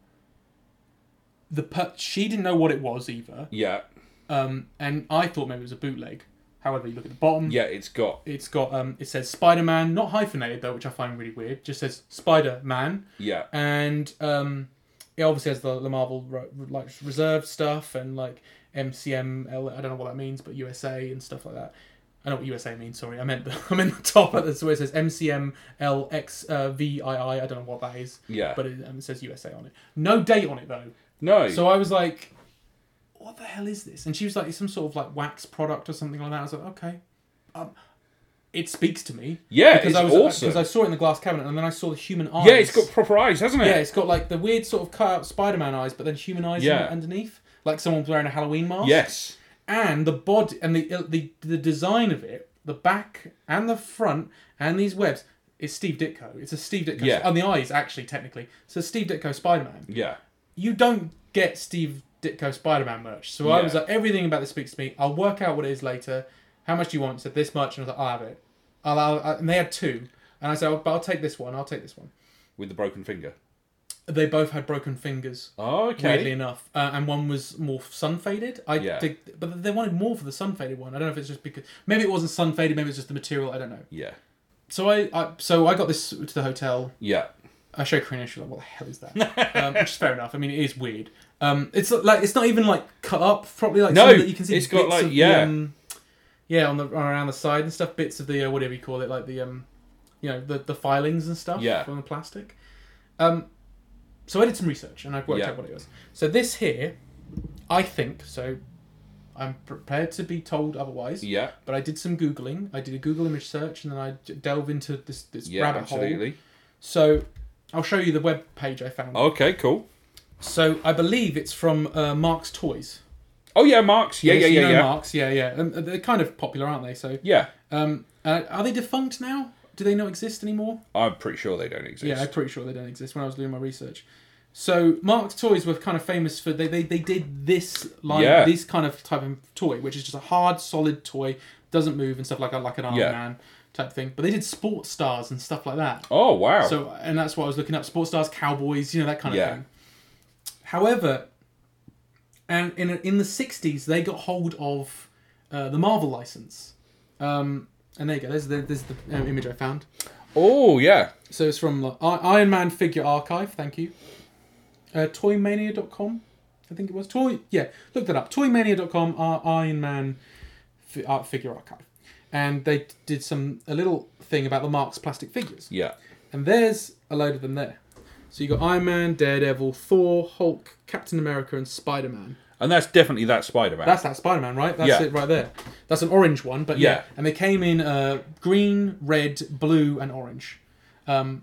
Speaker 1: the per- she didn't know what it was either,
Speaker 2: Yeah,
Speaker 1: um, and I thought maybe it was a bootleg. However, you look at the bottom,
Speaker 2: yeah. It's got
Speaker 1: it's got um, it says Spider Man, not hyphenated though, which I find really weird. Just says Spider Man,
Speaker 2: yeah,
Speaker 1: and um, it obviously has the, the Marvel ro- like reserved stuff and like MCML. I don't know what that means, but USA and stuff like that. I know what USA means. Sorry, I meant the, [LAUGHS] I meant the top. That's where it says MCMLXVII. uh, I don't know what that is
Speaker 2: yeah.
Speaker 1: but it, um, it says USA on it. No date on it though.
Speaker 2: no,
Speaker 1: So I was like, "What the hell is this?" And she was like, "It's some sort of like wax product or something like that." I was like, "Okay." Um, it speaks to me
Speaker 2: yeah,
Speaker 1: because
Speaker 2: it's
Speaker 1: I was
Speaker 2: awesome.
Speaker 1: because I saw it in the glass cabinet and then I saw the human eyes.
Speaker 2: yeah, it's got proper eyes, hasn't it?
Speaker 1: yeah, it's got like the weird sort of cut out Spider-Man eyes, but then human eyes
Speaker 2: Yeah.
Speaker 1: in- underneath, like someone's wearing a Halloween mask.
Speaker 2: Yes.
Speaker 1: And the body and the uh, the the design of it, the back and the front and these webs. It's Steve Ditko. It's a Steve Ditko.
Speaker 2: Yeah.
Speaker 1: And the eyes, actually, technically. So Steve Ditko Spider-Man
Speaker 2: Yeah.
Speaker 1: you don't get Steve Ditko Spider Man merch. So I
Speaker 2: Yeah.
Speaker 1: was like, everything about this speaks to me. I'll work out what it is later. How much do you want? Said this much, and I was like, I'll have it. I'll, I'll, I- and they had two, and I said, "Oh, but I'll take this one. I'll take this one.
Speaker 2: With the broken finger.
Speaker 1: They both had broken fingers.
Speaker 2: Okay.
Speaker 1: Weirdly enough, uh, and one was more sun faded. I
Speaker 2: Yeah.
Speaker 1: dig, but they wanted more for the sun faded one. I don't know if it's just because maybe it wasn't sun faded, maybe it's just the material. I don't know.
Speaker 2: Yeah.
Speaker 1: So I, I so I got this to the hotel.
Speaker 2: Yeah.
Speaker 1: I showed Karina, she was like, "What the hell is
Speaker 2: [LAUGHS]
Speaker 1: that?" um, which is fair enough. I mean, it is weird. Um, it's not- like it's not even like cut up properly. Like
Speaker 2: No,
Speaker 1: some that you can see
Speaker 2: it's
Speaker 1: bits
Speaker 2: got, like,
Speaker 1: of the,
Speaker 2: yeah.
Speaker 1: um, yeah, on the around the side and stuff. Bits of the uh, whatever you call it, like the um, you know the the filings and stuff
Speaker 2: Yeah.
Speaker 1: from the plastic. Um, so I did some research and I worked
Speaker 2: Yeah.
Speaker 1: out what it was. So this here, I think so. I'm prepared to be told otherwise.
Speaker 2: Yeah,
Speaker 1: But I did some googling. I did a Google image search, and then I d- delve into this this
Speaker 2: yeah,
Speaker 1: rabbit hole.
Speaker 2: absolutely.
Speaker 1: So I'll show you the web page I found.
Speaker 2: Okay, cool.
Speaker 1: So I believe it's from uh, Mark's Toys.
Speaker 2: Oh yeah, Marks. Yeah, yeah,
Speaker 1: Yes, you
Speaker 2: yeah,
Speaker 1: know
Speaker 2: yeah.
Speaker 1: Mark's, yeah, yeah. Um, they're kind of popular, aren't they? So,
Speaker 2: Yeah,
Speaker 1: um, uh, are they defunct now? Do they not exist anymore?
Speaker 2: I'm pretty sure they don't exist.
Speaker 1: Yeah, I'm pretty sure they don't exist. When I was doing my research, so Mark's Toys were kind of famous for they they, they did this line,
Speaker 2: Yeah.
Speaker 1: this kind of type of toy, which is just a hard, solid toy, doesn't move and stuff like a, like an Iron
Speaker 2: Yeah.
Speaker 1: Man type thing. But they did sports stars and stuff like that.
Speaker 2: Oh wow.
Speaker 1: So, and that's what I was looking up: sports stars, cowboys, you know that kind of
Speaker 2: Yeah.
Speaker 1: thing. However, and in in the '60s, they got hold of uh, the Marvel license, um, and there you go. There's the, there's the um, image I found.
Speaker 2: oh yeah.
Speaker 1: So it's from like, I- Iron Man figure archive. Thank you. Uh, Toymania.com, I think it was. Toy, yeah, look that up. Toymania.com, our uh, Iron Man fi- art figure archive, and they did some a little thing about the Mark's plastic figures.
Speaker 2: Yeah.
Speaker 1: And there's a load of them there. So you got Iron Man, Daredevil, Thor, Hulk, Captain America, and Spider Man.
Speaker 2: And that's definitely that Spider Man.
Speaker 1: That's that Spider Man, right? That's
Speaker 2: Yeah.
Speaker 1: it right there. That's an orange one, but yeah.
Speaker 2: Yeah.
Speaker 1: And they came in uh, green, red, blue, and orange. Um,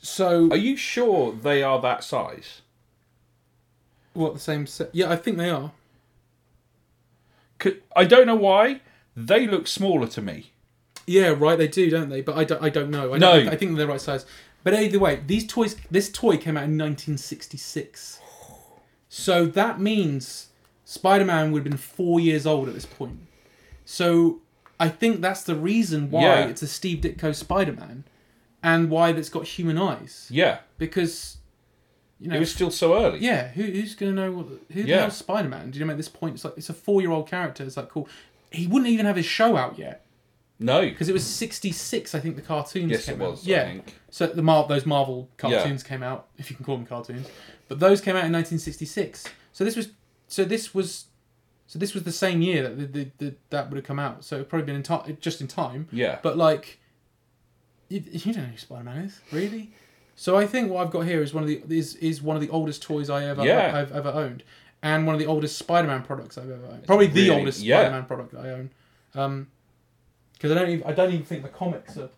Speaker 1: so
Speaker 2: Are you sure they are that size?
Speaker 1: what the same? Se- yeah, I think they are.
Speaker 2: 'Cause- I don't know why they look smaller to me.
Speaker 1: Yeah, right. They do, don't they? But I don't. I don't know. I
Speaker 2: No.
Speaker 1: don't, I think they're the right size. But either way, these toys. This toy came out in 1966. So that means Spider-Man would have been four years old at this point. So I think that's the reason why
Speaker 2: Yeah.
Speaker 1: it's a Steve Ditko Spider-Man, and why that's got human eyes
Speaker 2: Yeah,
Speaker 1: because. You know,
Speaker 2: it was still so early.
Speaker 1: yeah, who, who's gonna know what who the
Speaker 2: Yeah.
Speaker 1: hell's Spider Man? Do you know at this point it's like it's a four year old character, it's like cool. He wouldn't even have his show out yet
Speaker 2: No.
Speaker 1: because it was 66 i think the cartoons
Speaker 2: Yes,
Speaker 1: came
Speaker 2: it was.
Speaker 1: out. yeah
Speaker 2: I think.
Speaker 1: so the Mar- those marvel
Speaker 2: Yeah.
Speaker 1: cartoons came out if you can call them cartoons but those came out in 1966 so this was so this was so this was the same year that the, the, the, that would have come out so it probably been in ti- just in time
Speaker 2: Yeah.
Speaker 1: but like you, you don't know who spider-man is really so i think what i've got here is one of the is, is one of the oldest toys i ever
Speaker 2: Yeah.
Speaker 1: i've ever owned and one of the oldest spider-man products i've ever owned probably the
Speaker 2: really-
Speaker 1: oldest
Speaker 2: yeah.
Speaker 1: spider-man product i own um because I don't even I don't even think the comics are.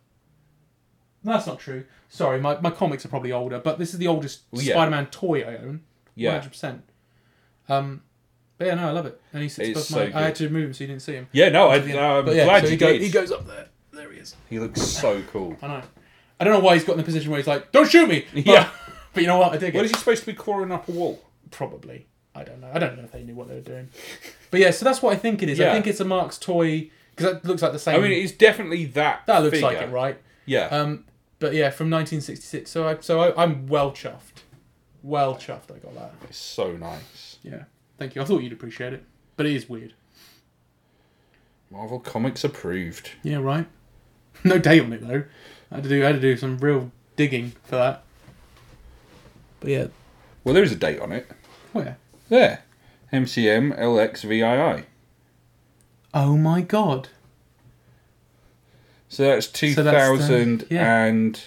Speaker 1: No, that's not true. Sorry, my, my comics are probably older, but this is the oldest
Speaker 2: Well, yeah.
Speaker 1: Spider-Man toy I own. One
Speaker 2: yeah.
Speaker 1: hundred percent. Um, but yeah, no, I love it. And he's six
Speaker 2: It's
Speaker 1: above
Speaker 2: so
Speaker 1: my. I had
Speaker 2: good.
Speaker 1: to move him so you didn't see him.
Speaker 2: Yeah. No. I,
Speaker 1: To the end.
Speaker 2: I'm
Speaker 1: But yeah,
Speaker 2: glad
Speaker 1: so
Speaker 2: you
Speaker 1: he, go-
Speaker 2: did.
Speaker 1: he goes up there. There he is.
Speaker 2: He looks so cool.
Speaker 1: I know. I don't know why he's got in the position where he's like, "Don't shoot me." But,
Speaker 2: Yeah.
Speaker 1: [LAUGHS] But you know what? I dig it.
Speaker 2: What is he supposed to be clawing up a wall?
Speaker 1: Probably. I don't know. I don't know if they knew what they were doing. But yeah, so that's what I think it is. I
Speaker 2: Yeah.
Speaker 1: think it's a Mark's toy because that looks like the same.
Speaker 2: I mean, it's definitely that.
Speaker 1: Hmm. that looks like
Speaker 2: figure.
Speaker 1: it, right?
Speaker 2: Yeah.
Speaker 1: Um, but yeah, from 1966. So I, so I, I'm well chuffed, well chuffed. I got that.
Speaker 2: it's so nice.
Speaker 1: Yeah, thank you. I thought you'd appreciate it, but it is weird.
Speaker 2: Marvel Comics approved.
Speaker 1: Yeah, right. [LAUGHS] No date on it though. I had to do, I had to do some real digging for that. But yeah,
Speaker 2: Well, there is a date on it.
Speaker 1: where?
Speaker 2: There. MCM LXVII.
Speaker 1: Oh my god.
Speaker 2: So that's
Speaker 1: So that's the-
Speaker 2: 2067.
Speaker 1: yeah.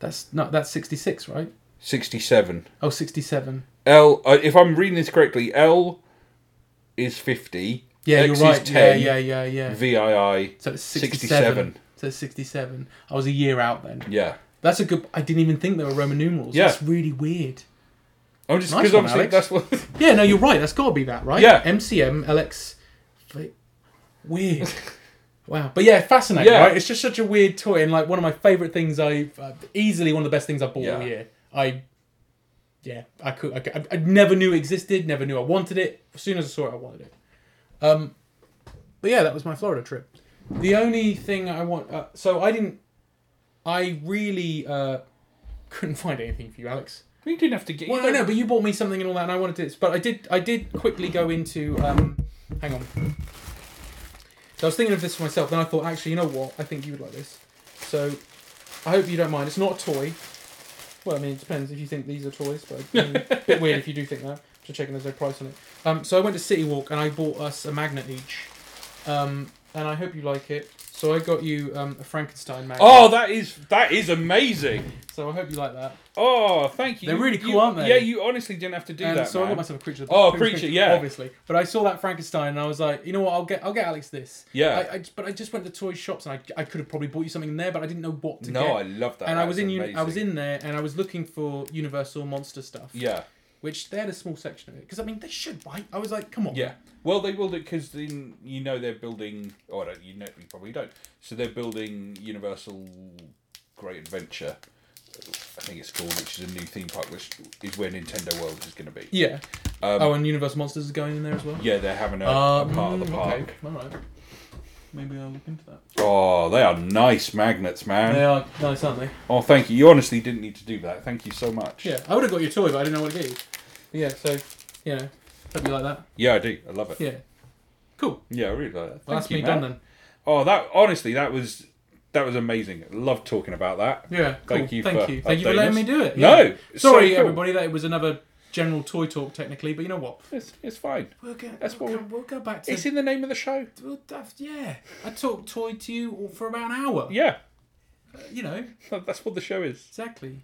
Speaker 1: That's not that's 66, right? Oh, 67.
Speaker 2: L, uh, if I'm reading this correctly, L is 50.
Speaker 1: Yeah,
Speaker 2: X
Speaker 1: you're right.
Speaker 2: Is 10,
Speaker 1: yeah, yeah, yeah, yeah.
Speaker 2: VII.
Speaker 1: So it's 67.
Speaker 2: 67.
Speaker 1: So it's 67. I was a year out then.
Speaker 2: Yeah.
Speaker 1: That's a good. I didn't even think there were Roman numerals.
Speaker 2: Yeah.
Speaker 1: That's really weird.
Speaker 2: I'm just
Speaker 1: Nice
Speaker 2: because
Speaker 1: one,
Speaker 2: obviously
Speaker 1: Alex.
Speaker 2: that's what. [LAUGHS]
Speaker 1: Yeah, no, you're right. That's got to be that, right?
Speaker 2: Yeah.
Speaker 1: MCM, LX. Wait. Weird. wow. But yeah, fascinating,
Speaker 2: Yeah.
Speaker 1: right? It's just such a weird toy and like one of my favourite things I've. Uh, easily one of the best things I've bought all
Speaker 2: Yeah.
Speaker 1: year. I. Yeah, I could. I, could- I, I never knew it existed, never knew I wanted it. As soon as I saw it, I wanted it. Um, but yeah, that was my Florida trip. The only thing I want. Uh, so I didn't. I really uh, couldn't [LAUGHS] find anything for you, Alex.
Speaker 2: you didn't have to get.
Speaker 1: Well, no, no, but you bought me something and all that, and I wanted to. But I did, I did quickly go into. Um, hang on. So I was thinking of this for myself, then I thought, actually, you know what? I think you would like this. So I hope you don't mind. It's not a toy. Well, I mean, it depends if you think these are toys, but I mean, a bit weird if you do think that. Just checking there's no price on it. Um, so I went to City Walk and I bought us a magnet each. Um, and I hope you like it. So I got you um, a Frankenstein magnet.
Speaker 2: Oh, that is that is amazing.
Speaker 1: So I hope you like that.
Speaker 2: Oh, thank you.
Speaker 1: They're really cool,
Speaker 2: You-
Speaker 1: aren't they?
Speaker 2: Yeah, you honestly didn't have to do
Speaker 1: And
Speaker 2: that.
Speaker 1: so I
Speaker 2: man.
Speaker 1: got myself a creature.
Speaker 2: Oh, a creature, yeah.
Speaker 1: obviously. But I saw that Frankenstein and I was like, you know what? I'll get, I'll get Alex this.
Speaker 2: Yeah.
Speaker 1: I, I, but I just went to toy shops and I, I could have probably bought you something there, but I didn't know what to
Speaker 2: no,
Speaker 1: get.
Speaker 2: I love that.
Speaker 1: and I
Speaker 2: That
Speaker 1: was
Speaker 2: is
Speaker 1: in, uni-
Speaker 2: amazing.
Speaker 1: I was in there and I was looking for Universal monster stuff.
Speaker 2: Yeah,
Speaker 1: Which they had a small section of it because I mean they should, right? I was like, come on.
Speaker 2: yeah. Well, they will do because then you know they're building. Oh, I don't, you know you probably don't. So they're building Universal Great Adventure. I think it's called, which is a new theme park, which is where Nintendo World is going to be.
Speaker 1: Yeah.
Speaker 2: Um,
Speaker 1: oh, and Universal monsters is going in there as well.
Speaker 2: Yeah, they're having a,
Speaker 1: Uh,
Speaker 2: a part of the
Speaker 1: mm,
Speaker 2: park.
Speaker 1: Okay. All right. Maybe I'll look into that.
Speaker 2: Oh, they are nice magnets, man.
Speaker 1: They are nice, aren't they?
Speaker 2: Oh, thank you. You honestly didn't need to do that. Thank you so much.
Speaker 1: Yeah, I would have got your toy, but I didn't know what to get you. But yeah, so you know, hope you like that.
Speaker 2: Yeah, I do. I love it. Yeah,
Speaker 1: Yeah, cool.
Speaker 2: I really like that. Thank
Speaker 1: Well, that's
Speaker 2: you,
Speaker 1: me
Speaker 2: Matt.
Speaker 1: done then.
Speaker 2: Oh, that honestly, that was that was amazing. Loved talking about that.
Speaker 1: Yeah, cool.
Speaker 2: Thank you
Speaker 1: Thank
Speaker 2: for
Speaker 1: you. Thank you for
Speaker 2: updating
Speaker 1: letting
Speaker 2: us.
Speaker 1: me do it.
Speaker 2: No,
Speaker 1: Yeah.
Speaker 2: it's so
Speaker 1: sorry
Speaker 2: cool.
Speaker 1: everybody, that it was another general toy talk technically, but you know what?
Speaker 2: It's, it's fine.
Speaker 1: We'll get.
Speaker 2: That's
Speaker 1: we'll,
Speaker 2: what
Speaker 1: go, we'll go back to.
Speaker 2: It's in the name of the show.
Speaker 1: we'll have- yeah, I talked toy to you for about an hour.
Speaker 2: Yeah, [LAUGHS]
Speaker 1: You know
Speaker 2: that- that's what the show is.
Speaker 1: exactly.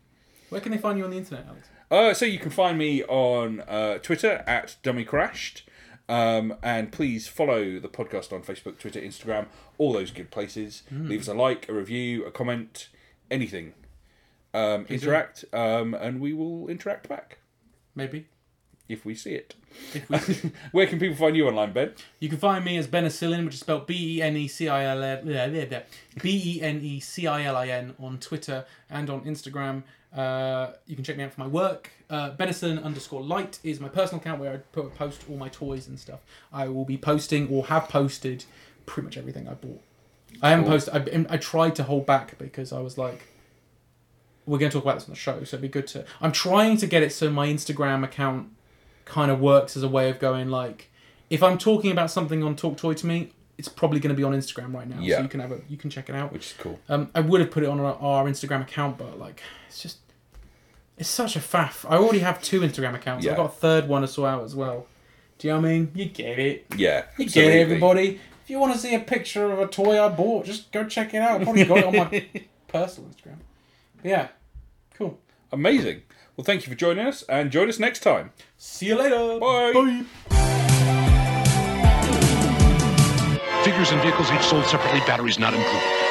Speaker 1: Where can they find you on the internet, Alex?
Speaker 2: Uh, so you can find me on uh, Twitter at Dummy Crashed. Um, and please follow the podcast on Facebook, Twitter, Instagram, all those good places.
Speaker 1: Hmm.
Speaker 2: Leave us a like, a review, a comment, anything. Um, interact, um, and we will interact back
Speaker 1: Maybe.
Speaker 2: if we see it.
Speaker 1: If we
Speaker 2: [LAUGHS] Where can people find you online, Ben?
Speaker 1: You can find me as Benicillin, which is spelled B E N E C I L N B E N E C I L I N on Twitter and on Instagram. Uh, you can check me out for my work. Uh, Benicillin underscore light is my personal account where I put, post all my toys and stuff. I will be posting or have posted pretty much everything I bought. I haven't
Speaker 2: Cool.
Speaker 1: posted. I, I tried to hold back because I was like, we're going to talk about this on the show, so it'd be good to. I'm trying to get it so my Instagram account kind of works as a way of going like, if I'm talking about something on Talk Toy to me, it's probably going to be on Instagram right now,
Speaker 2: Yeah.
Speaker 1: so you can have a you can check it out.
Speaker 2: Which is cool.
Speaker 1: Um, I would have put it on our, our Instagram account, but like, it's just, it's such a faff. I already have two Instagram accounts.
Speaker 2: Yeah.
Speaker 1: I've got a third one to sort out as well. Do you know what I mean? You get it.
Speaker 2: Yeah.
Speaker 1: You
Speaker 2: absolutely.
Speaker 1: get it, everybody. If you want to see a picture of a toy I bought, just go check it out. I've probably got it on
Speaker 2: [LAUGHS]
Speaker 1: my personal Instagram. But yeah, cool.
Speaker 2: Amazing. Well, thank you for joining us, and join us next time.
Speaker 1: See you later.
Speaker 2: Bye.
Speaker 1: Bye.
Speaker 3: Figures and vehicles each sold separately, batteries not included.